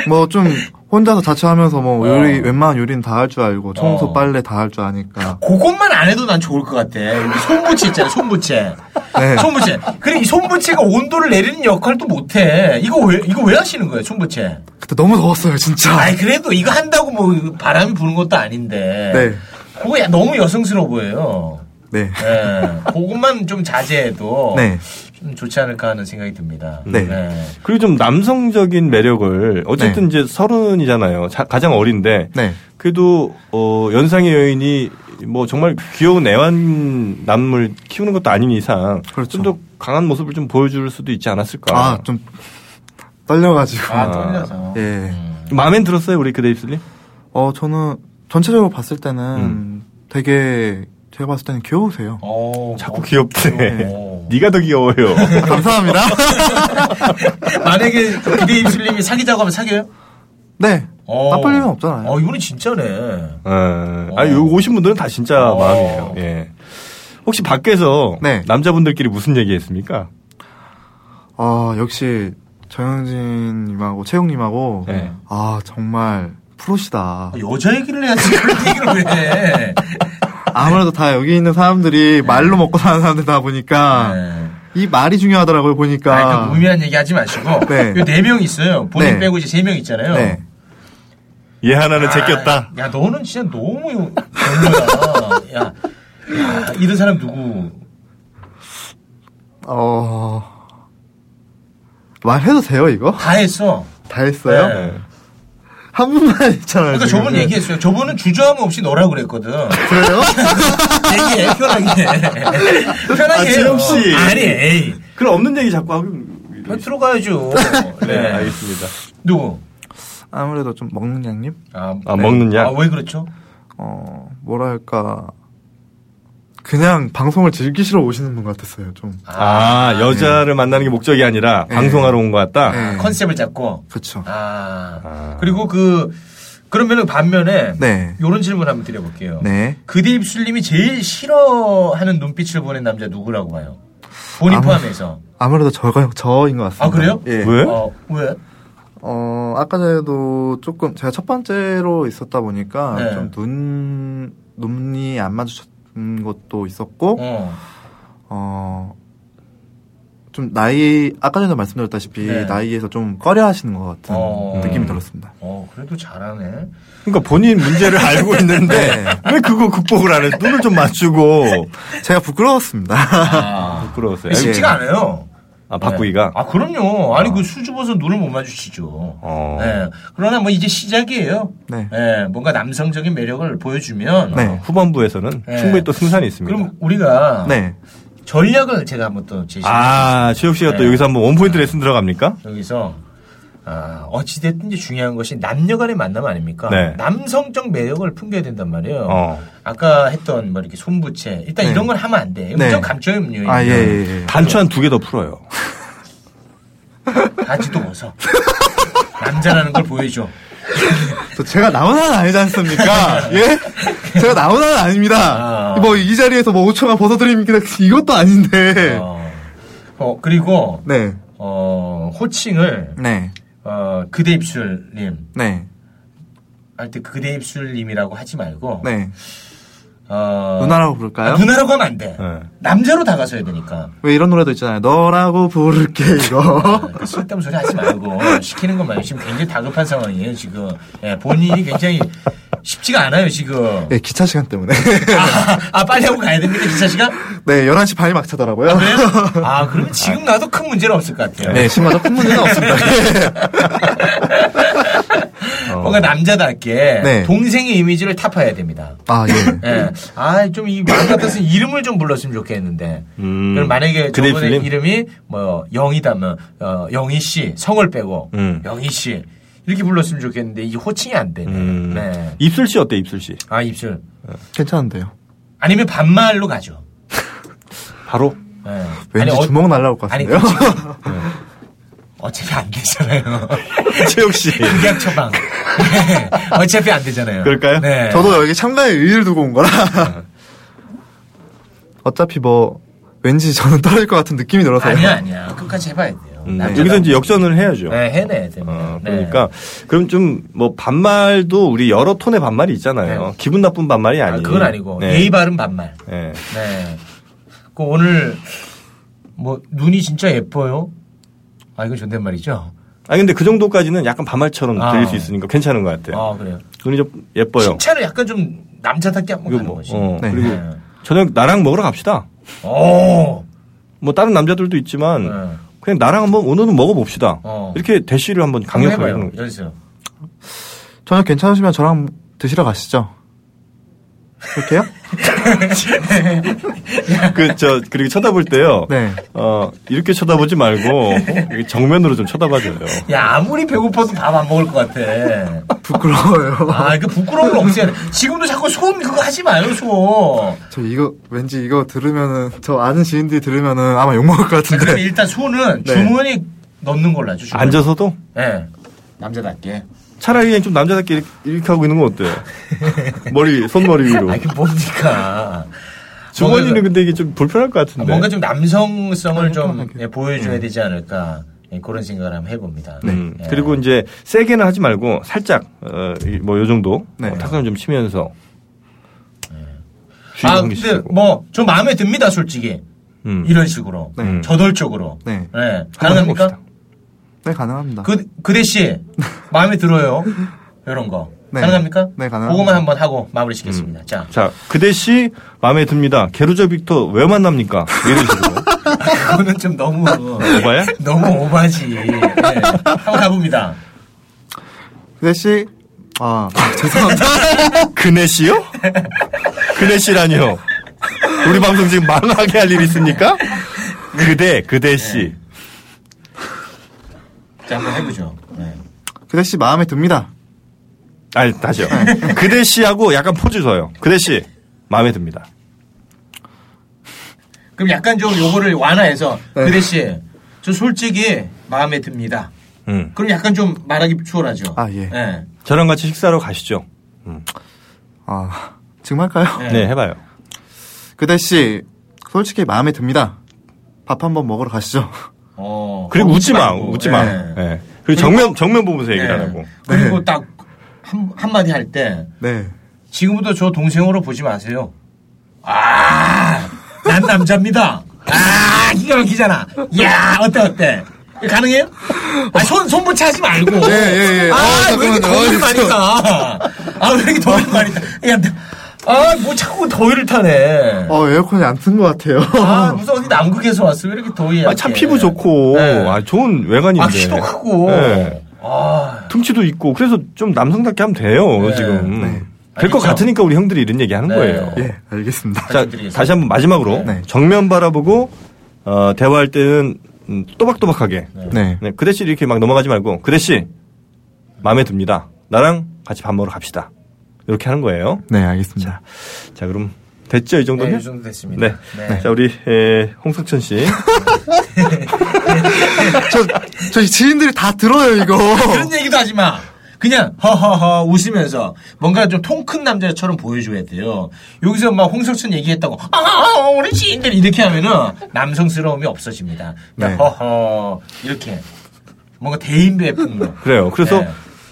뭐 좀 혼자서 자취하면서 뭐 어. 요리 웬만한 요리는 다 할 줄 알고 청소 어. 빨래 다 할 줄 아니까 그것만 안 해도 난 좋을 것 같아. 여기 손부채 있잖아, 손부채. 네. 손부채. 그래, 이 손부채가 온도를 내리는 역할도 못해. 이거 왜, 이거 왜 하시는 거예요, 손부채? 그때 너무 더웠어요 진짜. 아이 그래도 이거 한다고 뭐 바람이 부는 것도 아닌데. 네. 그거 야- 너무 여성스러워 보여요. 네. 예. 그것만 좀 자제해도 네. 좀 좋지 않을까 하는 생각이 듭니다. 예. 네. 그리고 좀 남성적인 매력을 어쨌든 이제 서른이잖아요. 자- 가장 어린데 네. 그래도 어, 연상의 여인이 뭐 정말 귀여운 애완남을 키우는 것도 아닌 이상 그렇죠. 좀 더 강한 모습을 좀 보여줄 수도 있지 않았을까? 아 좀 떨려가지고. 아, 떨려서. 예. 마음에 들었어요 우리 그대입술님? 어 저는 전체적으로 봤을 때는 음. 되게 제가 봤을 때는 귀여우세요. 어, 자꾸 어. 귀엽대. 어. [LAUGHS] 네가 더 귀여워요. [LAUGHS] 감사합니다. 만약에 기대 입술님이 사귀자고 하면 사귀어요? [LAUGHS] 네. 나쁠 일은 없잖아요. 어, 이분이 진짜네. 어. 아니, 여기 오신 분들은 다 진짜 어. 마음이에요. 예. 혹시 밖에서 네. 남자분들끼리 무슨 얘기 했습니까? 아 역시 정영진님하고 채용님하고 네. 아 정말 프로시다. [LAUGHS] 여자 얘기를 해야지 그런 얘기를 왜 해. 아무래도 다 여기 있는 사람들이 말로 먹고 사는 사람들다 보니까 이 말이 [LAUGHS] 중요하더라고요 보니까. 네. 그 무의미한 얘기 하지 마시고 그 네. 요네명 있어요. 본인 네. 빼고 이제 세 명 있잖아요. 아, 네. 얘 하나는 제꼈다. 야 너는 진짜 너무 별로야. 야, 야, 이런 사람 누구? 어 말해도 돼요 이거? 다 했어. 다 아, 했어요? 네. 한 분만 했잖아요. 그러니까 지금. 저분 얘기했어요. 저분은 주저함 없이 너라고 그랬거든. 그래요? [LAUGHS] 얘기해 편하게. 아, 편하게. 지영 씨. 아니, 에이. 그럼 없는 얘기 자꾸 하고. 아, 들어가야죠. 네, 네. 알겠습니다. 누구? 아무래도 좀 먹는 양님? 아, 아, 먹는 양? 아, 왜 그렇죠? 어 뭐랄까 그냥 방송을 즐기시러 오시는 분 같았어요 좀. 아, 네. 여자를 만나는 게 목적이 아니라 방송하러 온 것 같다. 아, 컨셉을 잡고. 네. 그렇죠. 아. 그리고 그, 그러면은 반면에. 네. 요런 질문 한번 드려볼게요. 네. 그대 입술님이 제일 싫어하는 눈빛을 보낸 남자 누구라고 봐요? 본인 아무- 포함해서. 아무래도 저가 저인 것 같습니다. 아, 그래요? 예. 어, 왜? 어, 아까 전에도 조금 제가 첫 번째로 있었다 보니까 네. 좀 눈, 눈이 안 맞으셨던 것도 있었고, 어. 어, 좀 나이, 아까 전에도 말씀드렸다시피 네. 나이에서 좀 꺼려 하시는 것 같은 어. 음. 느낌이 들었습니다. 어, [LAUGHS] 그래도 잘하네. 그러니까 본인 문제를 [LAUGHS] 알고 있는데 왜 그거 극복을 안 해? 눈을 좀 맞추고 제가 부끄러웠습니다. [LAUGHS] 아. 부끄러웠어요. 쉽지가 않아요. 아, 바꾸기가. 아, 그럼요. 아니, 그 수줍어서 눈을 못 마주치죠. 어. 예. 그러나 뭐 이제 시작이에요. 네. 예, 뭔가 남성적인 매력을 보여주면. 네. 어, 후반부에서는 네. 충분히 또 승산이 있습니다. 그럼 우리가 네. 전략을 제가 한번 또 제시해 아, 최욱 씨가 또 네. 여기서 한번 원포인트 레슨 들어갑니까? 여기서 아, 어찌됐든 이제 중요한 것이 남녀 간의 만남 아닙니까? 네. 남성적 매력을 풍겨야 된단 말이에요. 어. 아까 했던 뭐 이렇게 손부채 일단 네. 이런 걸 하면 안 돼. 이건 네. 무조건 감정 음료예요. 아, 예, 예, 예. 단추 한 두 개 더 풀어요. 예. 바지도 벗어. [LAUGHS] 남자라는 걸 보여줘. 저 제가 나온 한은 아니지 않습니까? 예? 제가 나온 한은 아닙니다. 아. 뭐 이 자리에서 뭐 5초간 벗어드립니다. 이것도 아닌데. 어. 어, 그리고 네. 어, 호칭을 네. 어, 그대 입술님 네. 할 때 그대 입술님이라고 하지 말고 네. 어, 누나라고 부를까요? 아, 누나라고 하면 안 돼. 네. 남자로 다가서야 되니까. 왜 이런 노래도 있잖아요. 너라고 부를게 아, 이거. 그 쓸데없는 소리 하지 말고 [LAUGHS] 시키는 것만 지금 굉장히 다급한 상황이에요 지금 예, 본인이 굉장히 쉽지가 않아요 지금 네, 기차 시간 때문에. [LAUGHS] 아, 아, 빨리 하고 가야 됩니까 기사 씨가 네, 11시 반이 막 차더라고요. 그래요? 아 그러면 지금 나도 큰 문제는 없을 것 같아요 네, 심하다. 큰 문제는 없습니다. [LAUGHS] 네. 뭔가 남자답게 네. 동생의 이미지를 타파해야 됩니다 아, 예. 예. 아, 좀, 이, 마음 같아서 이름을 좀 불렀으면 좋겠는데. 음. 그럼 만약에 그대 저분의 필름? 이름이, 뭐, 영이다면, 어, 영희 씨, 성을 빼고, 음. 영희 씨, 이렇게 불렀으면 좋겠는데, 이게 호칭이 안 되네. 음. 네. 입술 씨 어때, 입술 씨? 아, 입술. 괜찮은데요. 아니면 반말로 가죠. 바로? 예. 아니, 왠지 어- 주먹 날라올 것 아니, 같은데요. 어차피- 어차피 안 되잖아요. 최욱 씨. 극약 처방. 네. 어차피 안 되잖아요. 그럴까요? 네. 저도 여기 참가에 의의를 두고 온 거라. [LAUGHS] 어차피 뭐, 왠지 저는 떨어질 것 같은 느낌이 들어서요. 아니야, 아니야. 끝까지 해봐야 돼요. 음, 남자다. 여기서 이제 역전을 해야죠. 네, 해내야 됩니다. 어, 그러니까 그럼 좀 뭐 반말도 우리 여러 톤의 반말이 있잖아요. 네. 기분 나쁜 반말이 아, 아니. 그건 아니고 네. 예의 바른 반말. 네. 네. 그 오늘 뭐 눈이 진짜 예뻐요. 아 이건 존댓말이죠. 아 근데 그 정도까지는 약간 반말처럼 아. 들릴 수 있으니까 괜찮은 것 같아요. 아 그래요. 눈이 좀 네. 예뻐요. 칭찬을 약간 좀 남자답게 한번 그리고 하는 뭐, 거지. 어, 네. 그리고 네. 저녁 나랑 먹으러 갑시다. 오. 뭐 다른 남자들도 있지만 어. 네. 그냥 나랑 한번 오늘은 먹어봅시다. 어. 이렇게 대시를 한번 강력하게 해봐요. 하는 거죠. 연습. 저녁 괜찮으시면 저랑 드시러 가시죠. 그렇게요? 그저 그리고 쳐다볼 [LAUGHS] 때요. 네. 어 이렇게 쳐다보지 [LAUGHS] 말고 이렇게 정면으로 좀 쳐다봐줘요. 야 아무리 배고파도 밥 안 먹을 것 같아. 부끄러워요. 아 이거 부끄러움을 없애야 돼. 지금도 자꾸 손 그거 하지 마요 손. 저 이거, 왠지 이거 들으면은, 저 아는 지인들이 들으면은 아마 욕먹을 것 자, 그러면 같은데. 일단 손은 네. 주머니 넣는 걸로 하죠. 주머니. 네. 앉아서도 예. 남자답게. 차라리 그냥 좀 남자답게 이렇게, 이렇게 하고 있는 건 어때요? 머리 손머리 위로. [LAUGHS] 아, 이게 뭡니까? 주머니는 뭔가, 근데 이게 좀 불편할 것 그- 같은데. 뭔가 좀 남성성을 좀 예, 보여줘야 되지 않을까. 예, 그런 생각을 한번 해봅니다. 음, 예. 그리고 이제 세게는 하지 말고 살짝 어, 뭐 요 정도 네. 어, 탁상 좀 치면서 네. 아, 주인공이시고. 근데 뭐 좀 마음에 듭니다, 솔직히. 음. 이런 식으로 네. 저돌적으로. 네. 네. 가능합니까? 네, 가능합니다. 그 그대 씨 마음에 들어요. 이런 거 네. 가능합니까? 네, 가능합니다. 그거만 한번 하고 마무리시겠습니다. 자, 자, 그대 씨 마음에 듭니다. 게루저 빅터 왜 만납니까? 이런 [LAUGHS] 식으로. 그거는 좀 너무 오바야? [LAUGHS] 너무 오바지. 네. 한번 가봅니다. 그대 씨, 아, 죄송합니다. 그네 씨요? 그네 씨라니요. 우리 방송 지금 망하게 할 일 있습니까? 그대, 그대 씨. 자, 한번 해보죠. 네. 그대 씨 마음에 듭니다. 아니, 다시요. 그대 씨하고 약간 포즈 줘요. 그대 씨, 마음에 듭니다. 그럼 약간 좀 요거를 완화해서 네. 그대 씨, 저 솔직히 마음에 듭니다. 음. 그럼 약간 좀 말하기 추월하죠. 아, 예. 네. 저랑 같이 식사하러 가시죠. 아, 지금 할까요? 네, 해봐요. 그대 씨, 솔직히 마음에 듭니다. 밥 한번 먹으러 가시죠. 어, 그리고 어, 웃지 마, 말고. 웃지 마. 네. 예. 그리고 정면, 정면 보면서 얘기를 하라고. 그리고 딱 한, 한마디 할 때 네. 지금부터 저 동생으로 보지 마세요. 아, 난 남자입니다. 아, 기가 막히잖아. 야, 어때, 어때? 가능해요? 아, 손, 손붙이 하지 말고. 예, 예, 예. 아, 어, 왜 잠깐만요. 이렇게 더위를 어, 많이 타? 아, 왜 이렇게 더위를 많이 타? 야, 나- 아, 뭐 자꾸 더위를 타네. 어, 에어컨이 안 튼 것 같아요. 아, 무슨 어디 남극에서 왔어. 왜 이렇게 더위야? 아, 참 피부 좋고, 아, 좋은 외관인데. 아, 키도 크고. 예. 아, 등치도 있고, 그래서 좀 남성답게 하면 돼요, 네. 지금. 네. 될 것 알겠죠? 같으니까 우리 형들이 이런 얘기 하는 네. 거예요. 예, 알겠습니다. 자, 말씀드리겠습니다. 다시 한번 마지막으로 네. 정면 바라보고 어, 대화할 때는 음, 또박또박하게 네. 네, 그대 씨 이렇게 막 넘어가지 말고 그대 씨 마음에 듭니다. 나랑 같이 밥 먹으러 갑시다. 이렇게 하는 거예요. 네, 알겠습니다. 자, 그럼 됐죠 이 네, 정도면? 이 정도 됐습니다. 네. 자, 우리 에, 홍석천 씨. 저, 저희 지인들이 다 들어요, 이거. 그런 얘기도 하지 마. 그냥 허허허 웃으면서 뭔가 좀 통 큰 남자처럼 보여줘야 돼요. 여기서 막 홍석천 얘기했다고 아, 아, 아, 우리 지인들 이렇게 하면은 남성스러움이 없어집니다. 그냥 네. 허허 이렇게 뭔가 대인배품으로. [LAUGHS] 그래요. 그래서 네.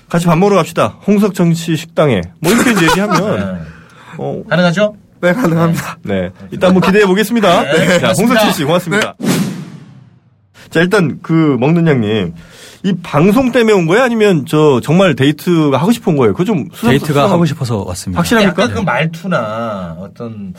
같이 밥 먹으러 갑시다. 홍석천 씨 식당에. 뭐 이렇게 이제 얘기하면 [LAUGHS] 네. 어, 가능하죠? 네, 가능합니다. 네. 일단 뭐 기대해 보겠습니다. 네, 자, 고맙습니다. 홍석진 씨 고맙습니다. 네. 자, 일단 그 먹는 양님. 이 방송 때문에 온 거예요? 아니면 저 정말 데이트가 하고 싶은 거예요? 그거 좀 수상, 데이트가 수상한- 하고 싶어서 왔습니다. 확실합니까? 약간 그 말투나 어떤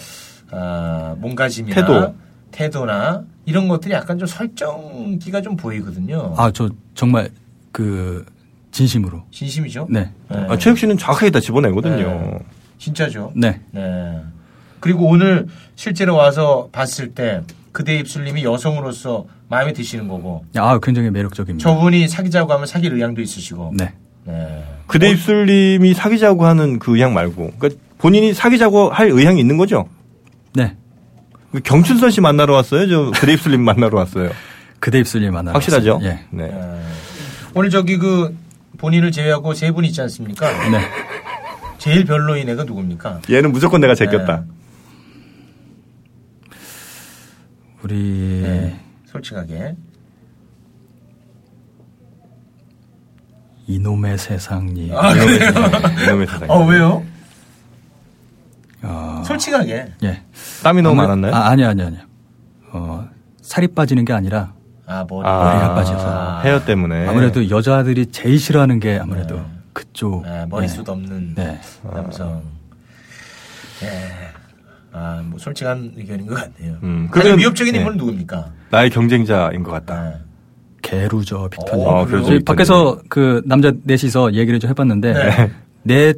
아, 몸가짐이나 태도. 태도나 이런 것들이 약간 좀 설정기가 좀 보이거든요. 아, 저 정말 그 진심으로. 진심이죠? 네. 네. 아, 최욱 씨는 정확하게 다 집어내거든요. 진짜죠. 네. 네. 그리고 오늘 실제로 와서 봤을 때 그대 입술님이 여성으로서 마음에 드시는 거고 아, 굉장히 매력적입니다. 저분이 사귀자고 하면 사귈 의향도 있으시고. 네. 네. 그대 입술님이 사귀자고 하는 그 의향 말고. 그러니까 본인이 사귀자고 할 의향이 있는 거죠? 네. 그 경춘선 씨 만나러 왔어요? 저 그대 입술님 [LAUGHS] 만나러 왔어요? 그대 입술님 만나. 확실하죠? 예. 네. 오늘 저기 그 본인을 제외하고 세 분 있지 않습니까? 네. 제일 별로인 애가 누굽니까? 얘는 무조건 내가 제꼈다. 네. 우리 네. 솔직하게. [LAUGHS] 이놈의 세상님. 아, 이놈의 그래요? 아, 세상에. 네. 어, 왜요? 어, 솔직하게. 예. 땀이 너무 아마- 많았나요? 아, 아니요, 아니요, 아니요. 어, 살이 빠지는 게 아니라 아, 머리. 아, 머리가 빠져서. 헤어 때문에. 아무래도 여자들이 제일 싫어하는 게 아무래도 그쪽. 아, 머리숱 없는 네. 남성. 예. 아, 뭐 솔직한 의견인 것 같네요. 음, 가장 그건- 위협적인 네. 인물은 누굽니까? 나의 경쟁자인 것 같다. 아, 게루저 빅터님. 어, 아, 그래요? 저희 밖에서 그 남자 넷이서 얘기를 좀 해봤는데 네. 넷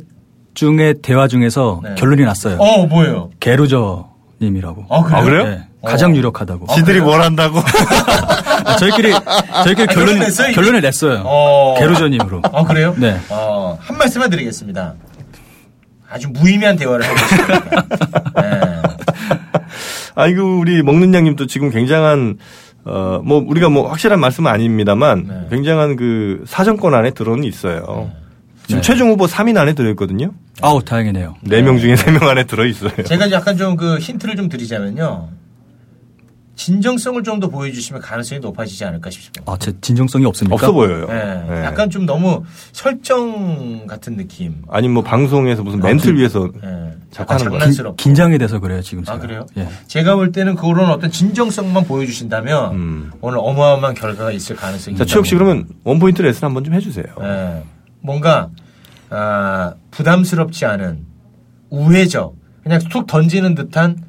중에 대화 중에서 네. 결론이 났어요. 어, 뭐예요? 게루저님이라고. 아, 그래요? 아, 그래요? 네. 네, 가장 어. 유력하다고. 지들이 뭘 한다고? 아, 저희끼리 저희끼리 아, 결론 결론 냈어요, 이미? 결론을 냈어요. 어. 게루저님으로. 아, 그래요? 네. 어, 한 말씀만 드리겠습니다. 아주 무의미한 대화를 하고 있습니다. 네. [LAUGHS] 아이고 우리 먹는 양님도 지금 굉장한 어 뭐 우리가 뭐 확실한 말씀은 아닙니다만 네. 굉장한 그 사정권 안에 들어는 있어요. 네. 지금 최종 후보 3인 안에 들어있거든요. 아우 다행이네요. 4명 중에 3명 안에 들어있어요. 제가 약간 좀 그 힌트를 좀 드리자면요. 진정성을 좀 더 보여주시면 가능성이 높아지지 않을까 싶습니다. 아, 제 진정성이 없습니까? 없어 보여요. 네. 네. 약간 좀 너무 설정 같은 느낌. 아니 뭐 방송에서 무슨 아, 멘트를 위해서 네. 자꾸 하는 아, 거예요. 장난스럽고. 긴- 긴장이 돼서 그래요 지금 제가. 아 그래요? 예. 제가 볼 때는 그런 어떤 진정성만 보여주신다면 음. 오늘 어마어마한 결과가 있을 가능성이 자, 있다. 최욱 씨 그러면 원포인트 레슨 한번 좀 해주세요. 예. 뭔가 아, 부담스럽지 않은 우회적 그냥 툭 던지는 듯한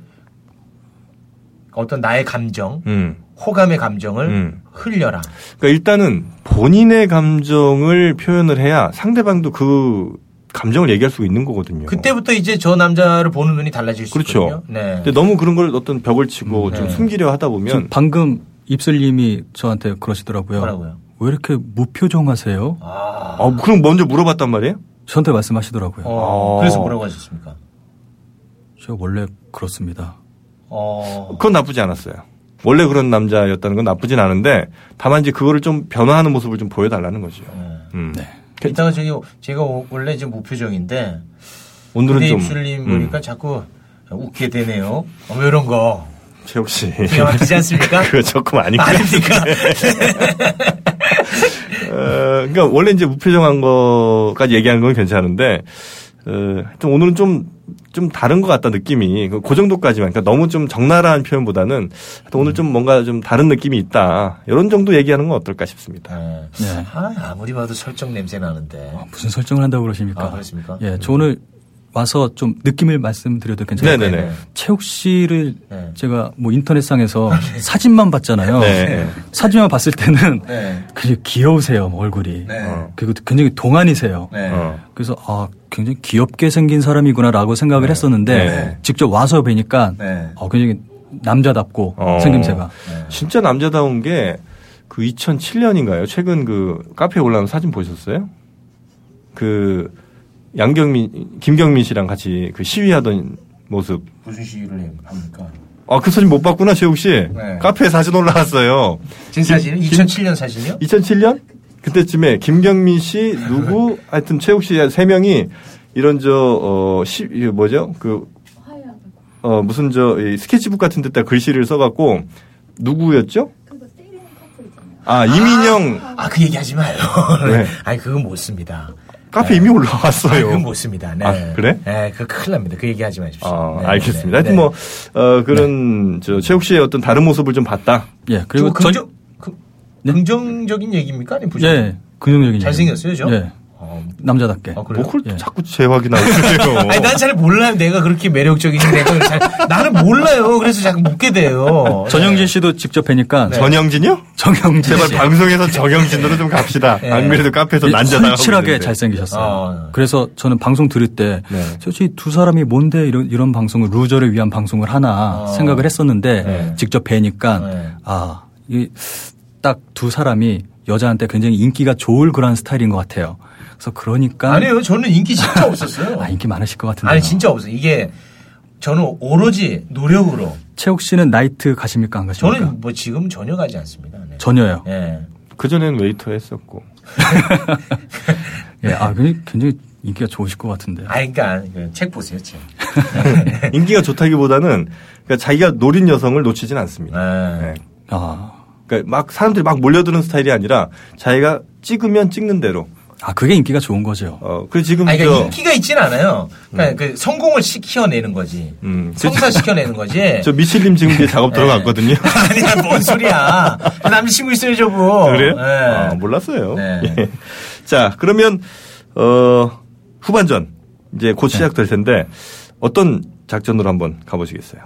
어떤 나의 감정, 음. 호감의 감정을 음. 흘려라. 그러니까 일단은 본인의 감정을 표현을 해야 상대방도 그 감정을 얘기할 수 있는 거거든요. 그때부터 이제 저 남자를 보는 눈이 달라질 수 그렇죠. 있거든요. 네. 근데 너무 그런 걸 어떤 벽을 치고 음, 좀 네. 숨기려 하다 지금 보면 방금 입술님이 저한테 그러시더라고요. 뭐라고요? 왜 이렇게 무표정하세요? 아, 그럼 먼저 물어봤단 말이에요? 저한테 말씀하시더라고요. 어, 그래서 뭐라고 하셨습니까? 저 원래 그렇습니다. 어, 그건 나쁘지 않았어요. 원래 그런 남자였다는 건 나쁘진 않은데 다만 이제 그거를 좀 변화하는 모습을 좀 보여달라는 거죠. 음. 네. 그 이따가 저기 제가 오- 원래 이제 무표정인데 오늘은 근데 좀, 입술님 음. 보니까 자꾸 웃게 되네요. 어, 뭐 이런 거. 음, 최욱 씨. 명확하지 않습니까? 예. [LAUGHS] 그거 조금 아닌 것 [LAUGHS] 아닙니까? 어, 그러니까 원래 이제 무표정한 거까지 얘기하는 건 괜찮은데 어, 하여튼 오늘은 좀, 좀 다른 것 같다 느낌이 그- 그 정도까지만 그러니까 너무 좀 적나라한 표현보다는 하여튼 오늘 좀 뭔가 좀 다른 느낌이 있다 이런 정도 얘기하는 건 어떨까 싶습니다. 네. 아, 아무리 봐도 설정 냄새 나는데. 무슨 설정을 한다고 그러십니까? 아, 그렇습니까? 예, 저 오늘 와서 좀 느낌을 말씀드려도 괜찮을까요? 네네네. 채욱 씨를 네. 제가 뭐 인터넷상에서 사진만 봤잖아요. 네. 사진만 봤을 때는 네. 굉장히 귀여우세요, 뭐 얼굴이. 네. 어. 그리고 굉장히 동안이세요. 네. 그래서 아, 굉장히 귀엽게 생긴 사람이구나라고 생각을 했었는데 네. 직접 와서 뵈니까 네. 어, 굉장히 남자답고 어. 생김새가. 진짜 남자다운 게 그 2007년인가요? 최근 그 카페에 올라온 사진 보셨어요? 그 양경민, 김경민 씨랑 같이 그 시위하던 모습. 무슨 시위를 합니까? 아, 그 사진 못 봤구나, 최욱 씨. 네. 카페에 사진 올라왔어요. 제 사진은 2007년 사진이요? 2007년? 그때쯤에 김경민 씨, 누구, 하여튼 최욱 씨 세 명이 이런 저, 어, 시, 이게 뭐죠? 그, 어, 무슨 저, 이 스케치북 같은 데다 글씨를 써갖고 누구였죠? 아, 이민영. 아, 그 얘기 하지 마요. [LAUGHS] 네. [LAUGHS] 아니, 그건 못 씁니다. 카페 이미 올라왔어요. 아, 그건 못 씁니다. 네. 아, 그래? 네, 그거 큰일 납니다. 그 얘기 하지 마십시오. 어, 네, 알겠습니다. 네, 하여튼 뭐, 어, 그런, 저, 최욱 씨의 어떤 다른 모습을 좀 봤다. 예, 네. 그리고 네? 좀 긍정, 긍- 긍정적인 얘기입니까? 아니면 부정? 예, 긍정적인 잘생겼어요, 저? 얘기. 예. 남자답게. 아, 그래요? 예. 뭐 그걸 또 자꾸 재확인하세요. [LAUGHS] 아니, 난 잘 몰라요. 내가 그렇게 매력적인지 내가 잘, [LAUGHS] 나는 몰라요. 그래서 자꾸 묻게 돼요. 전영진 씨도 직접 뵈니까 네. 전영진이요? 네. 정영진 제발 씨. 방송에서 정영진으로 좀 갑시다. 안 그래도 카페에서 네. 예, 난자당하고 설칠하게 있는데. 아, 네. 잘생기셨어요. 그래서 저는 방송 들을 때 솔직히 두 사람이 뭔데 이런 이런 방송을 루저를 위한 방송을 아, 하나 아, 생각을 했었는데 예. 네. 직접 뵈니까 아, 딱 두 사람이 여자한테 굉장히 인기가 좋을 그런 스타일인 것 같아요. 그래서 그러니까 아니에요. 저는 인기 진짜 없었어요. 아, 인기 많으실 것 같은데. 아니, 진짜 없어요. 이게, 저는 오로지 노력으로. 채욱 씨는 나이트 가십니까 안 가십니까? 저는 뭐 지금 전혀 가지 않습니다. 네. 아, 그러니까. 전혀요. 예. 그전엔 웨이터 했었고. 예, 아, 굉장히, 굉장히 인기가 좋으실 것 같은데. 아, 그러니까 그책 보세요, 책. 네. [LAUGHS] 인기가 좋다기보다는 그러니까 자기가 노린 여성을 놓치진 예. 않습니다. 네. 아. 그러니까 막 사람들이 막 몰려드는 스타일이 아니라 자기가 찍으면 찍는 대로. 아, 그게 인기가 좋은 거죠. 어, 그리고 지금 아니, 저 그러니까 인기가 있진 않아요. 그러니까 그 성공을 시켜내는 거지. 음, 성사시켜내는 [LAUGHS] 거지. 저 미실님 지금 네. 이제 작업 들어갔거든요. [LAUGHS] [LAUGHS] 아니야, 뭔 소리야. 그 남자친구 있어요, 저거. 그래요? 예. 아, 몰랐어요. 네. [LAUGHS] 예. 자, 그러면 어, 후반전 이제 네. 곧 시작될 텐데 어떤 작전으로 한번 가보시겠어요?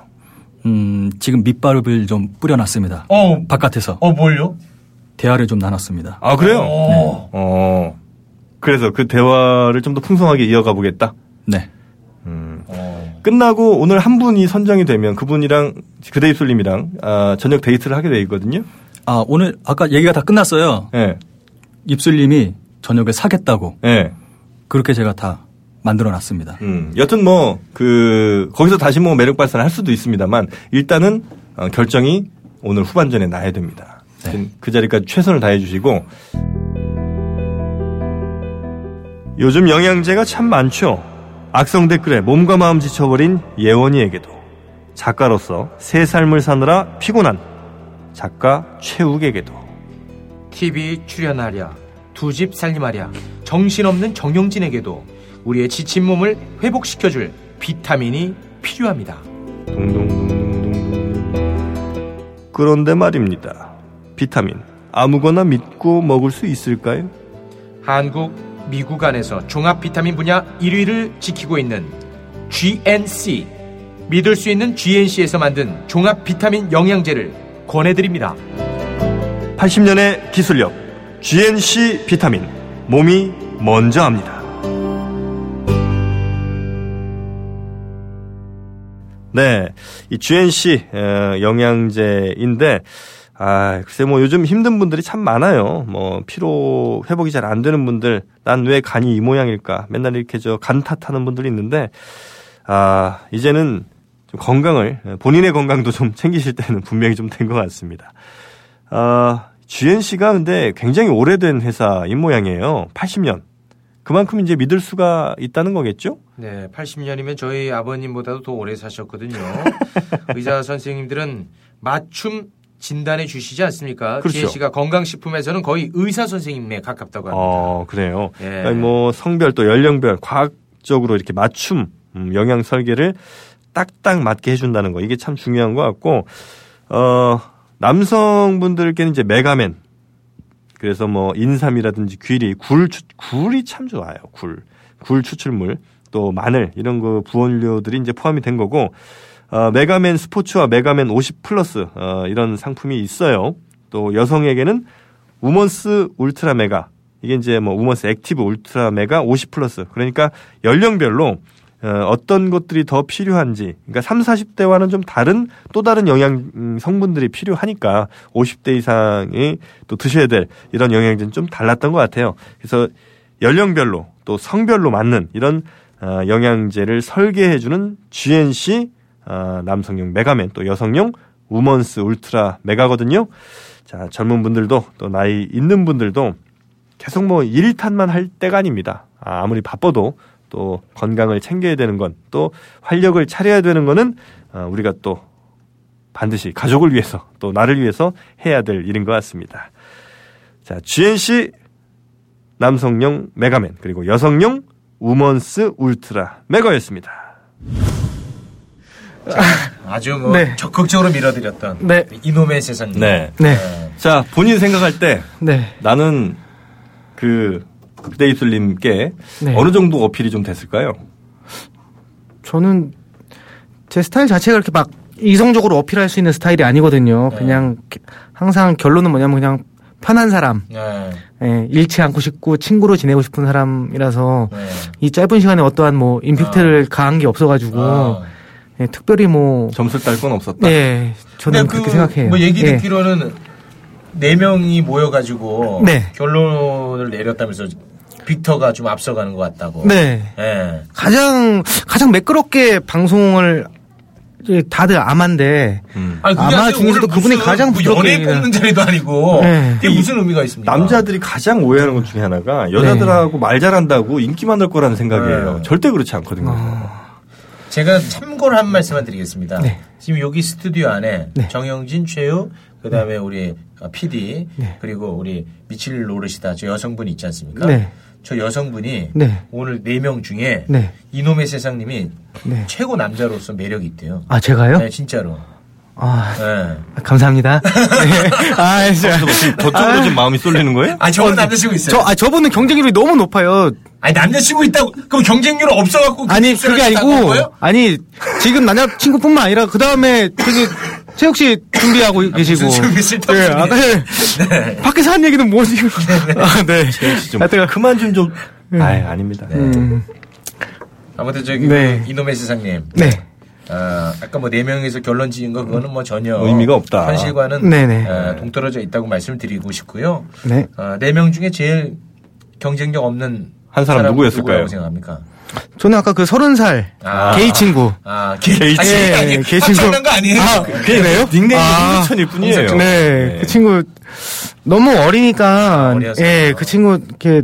음, 지금 밑바람을 좀 뿌려놨습니다. 어. 바깥에서. 어, 뭘요? 어. 대화를 좀 나눴습니다. 아 그래요? 오. 어. 그래서 그 대화를 좀 더 풍성하게 이어가 보겠다. 네. 끝나고 오늘 한 분이 선정이 되면 그분이랑 그대 입술님이랑 아, 저녁 데이트를 하게 돼 있거든요. 아, 오늘 아까 얘기가 다 끝났어요. 예. 입술님이 저녁에 사겠다고. 예. 그렇게 제가 다 만들어 놨습니다. 음, 여튼 뭐 그 거기서 다시 뭐 매력 발산을 할 수도 있습니다만 일단은 어, 결정이 오늘 후반전에 나야 됩니다. 그 자리까지 최선을 다해 주시고 요즘 영양제가 참 많죠. 악성 댓글에 몸과 마음 지쳐버린 예원이에게도 작가로서 새 삶을 사느라 피곤한 작가 최욱에게도 네. TV 출연하랴 두 집 살림하랴 정신없는 정영진에게도 우리의 지친 몸을 회복시켜줄 비타민이 필요합니다. 그런데 말입니다. 비타민 아무거나 믿고 먹을 수 있을까요? 한국, 미국 안에서 종합 비타민 분야 1위를 지키고 있는 GNC. 믿을 수 있는 GNC에서 만든 종합 비타민 영양제를 권해드립니다. 80년의 기술력 GNC 비타민 몸이 먼저 합니다. 네, 이 GNC 어, 영양제인데 아, 글쎄 뭐 요즘 힘든 분들이 참 많아요. 뭐 피로 회복이 잘 안 되는 분들, 난 왜 간이 이 모양일까? 맨날 이렇게 저 간 탓하는 분들이 있는데 아, 이제는 좀 건강을 본인의 건강도 좀 챙기실 때는 [LAUGHS] 분명히 좀 된 것 같습니다. 아, GNC가 근데 굉장히 오래된 회사인 모양이에요. 80년. 그만큼 이제 믿을 수가 있다는 거겠죠? 네, 80년이면 저희 아버님보다도 더 오래 [LAUGHS] 사셨거든요. 의사 선생님들은 맞춤 진단해 주시지 않습니까? 그렇죠. 지혜 씨가 건강식품에서는 거의 의사 선생님에 가깝다고 합니다. 어, 그래요. 예. 그러니까 뭐 성별 또 연령별 과학적으로 이렇게 맞춤 음, 영양 설계를 딱딱 맞게 해준다는 거 이게 참 중요한 것 같고 어 남성분들께는 이제 메가맨 그래서 뭐 인삼이라든지 귀리 굴 추- 굴이 참 좋아요 굴 굴 추출물 또 마늘 이런 거 부원료들이 이제 포함이 된 거고 어, 메가맨 스포츠와 메가맨 50 플러스 어, 이런 상품이 있어요 또 여성에게는 우먼스 울트라 메가 이게 이제 뭐 우먼스 액티브 울트라 메가 50 플러스 그러니까 연령별로 어, 어떤 것들이 더 필요한지 그러니까 3, 40대와는 좀 다른 또 다른 영양 음, 성분들이 필요하니까 50대 이상이 또 드셔야 될 이런 영양제는 좀 달랐던 것 같아요. 그래서 연령별로 또 성별로 맞는 이런 어, 영양제를 설계해주는 GNC 어, 남성용 메가맨 또 여성용 우먼스 울트라 메가거든요. 자, 젊은 분들도 또 나이 있는 분들도 계속 뭐 일탄만 할 때가 아닙니다. 아, 아무리 바빠도 또 건강을 챙겨야 되는 건 또 활력을 차려야 되는 거는 어, 우리가 또 반드시 가족을 위해서 또 나를 위해서 해야 될 일인 것 같습니다. 자, GNC 남성용 메가맨 그리고 여성용 우먼스 울트라 메가였습니다. 아주 뭐 네. 적극적으로 밀어드렸던 네. 이놈의 세상님. 네. 자, 본인 생각할 때 네. 나는 그 그대 입술님께 네. 어느 정도 어필이 좀 됐을까요? 저는 제 스타일 자체가 이렇게 막 이성적으로 어필할 수 있는 스타일이 아니거든요. 네. 그냥 기- 항상 결론은 뭐냐면 그냥 편한 사람, 네, 예, 잃지 않고 싶고 친구로 지내고 싶은 사람이라서 네. 이 짧은 시간에 어떠한 뭐 임팩트를 가한 게 없어가지고 예, 특별히 뭐 점수 딸 건 없었다. 네. 예, 저는 그렇게 생각해요. 뭐 얘기 예. 듣기로는 네 명이 모여가지고 네. 결론을 내렸다면서 빅터가 좀 앞서가는 것 같다고. 네. 예. 가장 가장 매끄럽게 방송을 이제 다들 암한데 음. 아니, 그게 아마 아니라 중에서도 오늘 그분이 무슨 가장 뭐 부드럽게 연예인 얘기를- 뽑는 자리도 아니고 네. 이게 무슨 의미가 있습니까? 남자들이 가장 오해하는 것 중에 하나가 여자들하고 네. 말 잘한다고 인기 많을 거라는 생각이에요. 절대 그렇지 않거든요. 아. 제가 참고로 한 말씀만 드리겠습니다. 네. 지금 여기 스튜디오 안에 정영진, 최유, 그 네. 다음에 우리 PD, 그리고 우리 미칠 노릇이다. 저 여성분이 있지 않습니까? 네. 저 여성분이 네. 오늘 네 명 중에 네. 이놈의 세상님이 최고 남자로서 매력이 있대요. 아, 제가요? 네, 진짜로. 아, 네. 감사합니다. 아, 진짜. 저쪽으로 지금 마음이 쏠리는 거예요? 아, 저분 남자친구 있어요. 저, 아, 저분은 경쟁률이 너무 높아요. 아니, 남자친구 있다고, 그럼 경쟁률 없어갖고. 아니, 그게 남자친구 아니고, 있다고요? 아니, 지금 남자친구뿐만 아니라, 그 다음에, 저기, 체육 씨 준비하고 계시고. 준비 싫다고 예, 소리해. 아, 네. 밖에서 한 얘기는 뭐지? 아, 네. 하여튼, 그만 좀, 좀. 네. 아, 아닙니다. 음. 아무튼 저기 네. 그 이놈의 세상님. 네. 아, 아까 뭐 네 명에서 결론 지은 거 그거는 뭐 전혀 의미가 없다. 현실과는 네네. 아, 동떨어져 있다고 말씀드리고 싶고요. 네. 네 명 중에 제일 경쟁력 없는 한 사람 누구였을까요? 고 생각합니까? 저는 아까 그 서른 살, 아. 게이 친구. 아, 게이 친구 예, 아니에요? 게이 친구. 합창단 거 아니에요? 아. 아, 그- 그래요? 닉네임이 홍세천일 뿐이에요. 홍세천. 네, 그 친구, 너무 어리니까, 어려서. 예, 그 친구, 이렇게,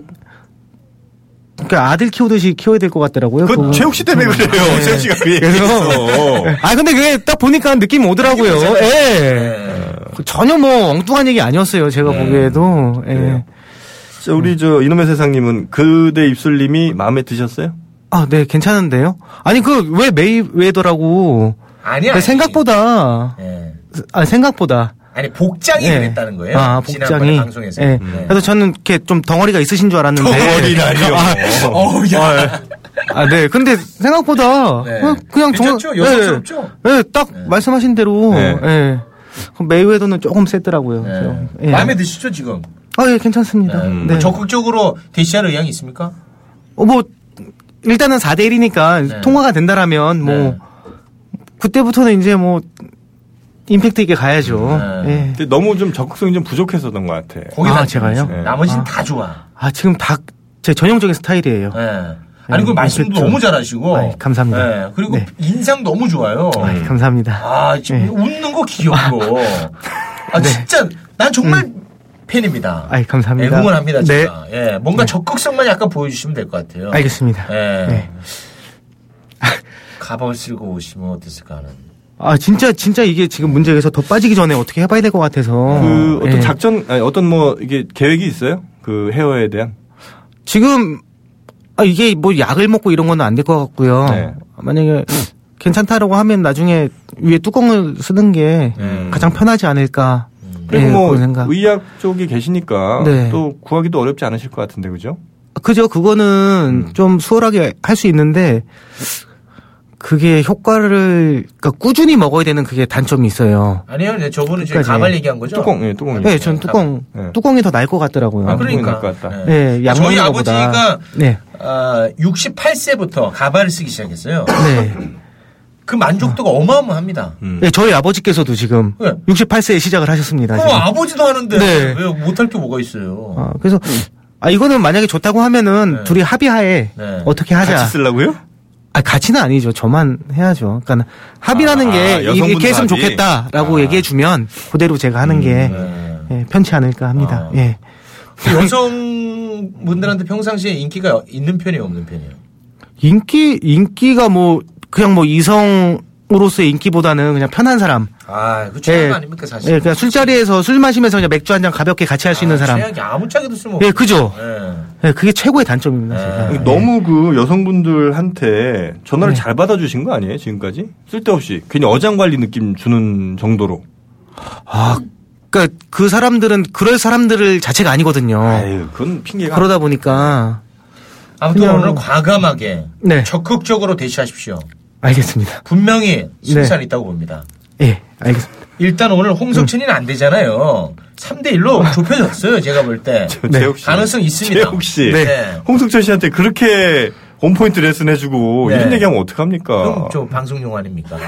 그 아들 키우듯이 키워야 될 것 같더라고요. 그 최욱 씨 때문에 그래요. 네. 최욱 씨가 그 얘기했어. 아 근데 그게 딱 보니까 느낌 오더라고요. 예. 네. 그 전혀 뭐 엉뚱한 얘기 아니었어요. 제가 보기에도. 예. 음. 자, 우리 저 이놈의 세상님은 그대 입술님이 마음에 드셨어요? 아, 네, 괜찮은데요? 아니, 그, 왜 메이웨더라고. 아니야, 그 아니. 생각보다, 아, 생각보다. 아니 복장이 예. 그랬다는 거예요. 아, 지난번에 복장이. 방송에서. 예. 네. 그래서 저는 이렇게 좀 덩어리가 있으신 줄 알았는데. 덩어리라니요? 아, 어우, 야. 아, 네. 근데 생각보다 네. 그냥, 그냥 정- 괜찮죠? 여성스럽죠? 예, 예, 딱 말씀하신 대로. 네. 예. 그럼 메이웨더는 조금 셌더라고요. 그래서, 예. 마음에 드시죠 지금? 아, 예, 괜찮습니다. 네. 뭐 적극적으로 대시할 의향이 있습니까? 어, 뭐 일단은 4대 1이니까 네. 네. 통화가 된다라면 뭐 그때부터는 이제 뭐 임팩트 있게 가야죠. 네. 예. 근데 너무 좀 적극성이 좀 부족했었던 것 같아. 거기다 아, 제가요? 네. 나머지는 아. 다 좋아. 아, 지금 다 제 전형적인 스타일이에요. 예. 아니 예, 그 말씀도 그렇죠. 너무 잘하시고. 아이, 감사합니다. 네. 예. 그리고 인상 너무 좋아요. 아이, 예, 감사합니다. 네. 아 지금 웃는 거 귀엽고. [LAUGHS] 아 진짜 난 정말 팬입니다. 음. 아이, 감사합니다. 애궁을합니다 네. 진짜. 예. 뭔가 적극성만 약간 보여주시면 될 것 같아요. 알겠습니다. 예. 네. 가방을 쓸고 오시면 어땠을까 하는. 아, 진짜 진짜 이게 지금 문제에서 더 빠지기 전에 어떻게 해 봐야 될 것 같아서. 그 어떤 예. 작전, 아니, 어떤 뭐 이게 계획이 있어요? 그 헤어에 대한? 지금 아, 이게 뭐 약을 먹고 이런 건 안 될 것 같고요. 네. 만약에 괜찮다라고 하면 나중에 위에 뚜껑을 쓰는 게 음. 가장 편하지 않을까. 그리고 예, 뭐 그런 생각. 의학 쪽에 계시니까 네. 또 구하기도 어렵지 않으실 것 같은데 그죠? 아, 그죠. 그거는 음. 좀 수월하게 할 수 있는데 그게 효과를 그러니까 꾸준히 먹어야 되는 그게 단점이 있어요. 아니요, 네, 저분은 지금 끝까지. 가발 얘기한 거죠? 뚜껑, 예, 뚜껑. 네, 전 뚜껑 뚜껑이 더 나을 것 같더라고요. 아, 그러니까. 네, 약 저희 먹는 것보다. 아버지가 네. 아, 68세부터 가발을 쓰기 시작했어요. 네. 그 아. 만족도가 어마어마합니다. 네, 저희 아버지께서도 지금 네. 68세에 시작을 하셨습니다. 그럼 지금. 어, 아버지도 하는데 네. 왜 못할 게 뭐가 있어요? 아, 그래서 음. 아 이거는 만약에 좋다고 하면은 둘이 합의하에 네. 어떻게 하자. 같이 쓰려고요? 아, 같이는 아니죠. 저만 해야죠. 그러니까 합의라는 아, 게 여성분도 이렇게 합의. 했으면 아. 음, 네. 좋겠다라고 얘기해 주면 그대로 제가 하는 게 예, 편치 않을까 아. 합니다. 예. 여성분들한테 평상시에 인기가 있는 편이에요, 없는 편이에요? 인기 인기가 뭐 그냥 뭐 이성으로서의 인기보다는 그냥 편한 사람. 아, 그 최악 아닙니까, 사실? 예, 그냥 술자리에서 술 마시면서 그냥 맥주 한 잔 가볍게 같이 할 수 있는 사람. 최악이 아무 짝에도 쓸모 예, 그죠. 예, 그게 최고의 단점입니다. 네. 제가. 너무 그 여성분들한테 전화를 네. 잘 받아주신 거 아니에요 지금까지 쓸데없이 괜히 어장관리 느낌 주는 정도로. 아, 그러니까 그 사람들은 그럴 사람들을 자체가 아니거든요. 그건 핑계가. 그러다 보니까 아무튼 그냥- 오늘 과감하게 네. 적극적으로 대시하십시오. 알겠습니다. 분명히 승산이 네. 있다고 봅니다. 예, 알겠습니다. 음. 일단 오늘 홍석천이는 안 되잖아요. 3대 1로 좁혀졌어요. 제가 볼 때. 네. 제옥 씨. 가능성 있습니다. 네. 제옥 씨. 네. 홍석천 씨한테 그렇게 온포인트 레슨 해주고 네. 이런 얘기하면 어떡합니까? 그럼 좀 방송용 아닙니까? 네.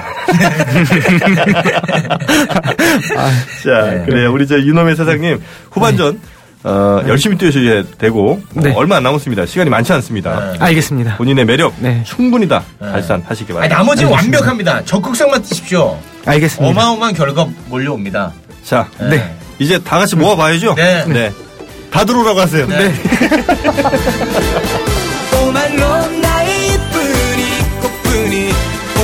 아, 자, 네. 그래요. 우리 저 유놈의 사장님 후반전 어, 열심히 뛰어주셔야 되고 어, 네. 얼마 안 남았습니다. 시간이 많지 않습니다. 알겠습니다. 본인의 매력 네. 충분히다 발산하시기 네. 아, 바랍니다. 음. 나머지는 완벽합니다. 적극성만 쓰십시오. 알겠습니다. 어마어마한 결과 몰려옵니다. 자, 네. 이제 다 같이 모아봐야죠. 네. 네. 다 들어오라고 하세요. 네. 오말론 나의 이쁜이 꽃뿐이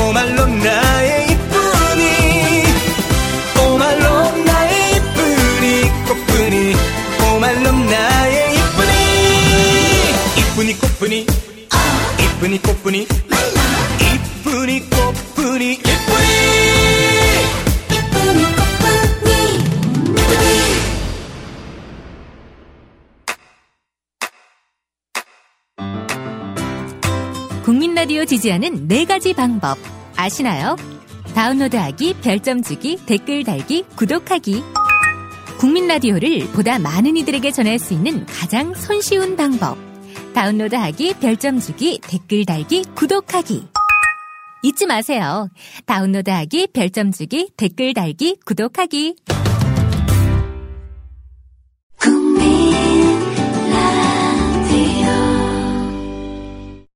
오말론 나의 이쁜이 오말론 나의 이쁜이 꽃뿐이 오말론 나의 이쁜이 이쁜이 꽃뿐이 이쁜이 꽃뿐이 이쁜이 꽃뿐이 이쁜이 국민 라디오 지지하는 네 가지 방법 아시나요? 다운로드하기, 별점 주기, 댓글 달기, 구독하기. 국민 라디오를 보다 많은 이들에게 전할 수 있는 가장 손쉬운 방법. 다운로드하기, 별점 주기, 댓글 달기, 구독하기. 잊지 마세요. 다운로드하기, 별점 주기, 댓글 달기, 구독하기.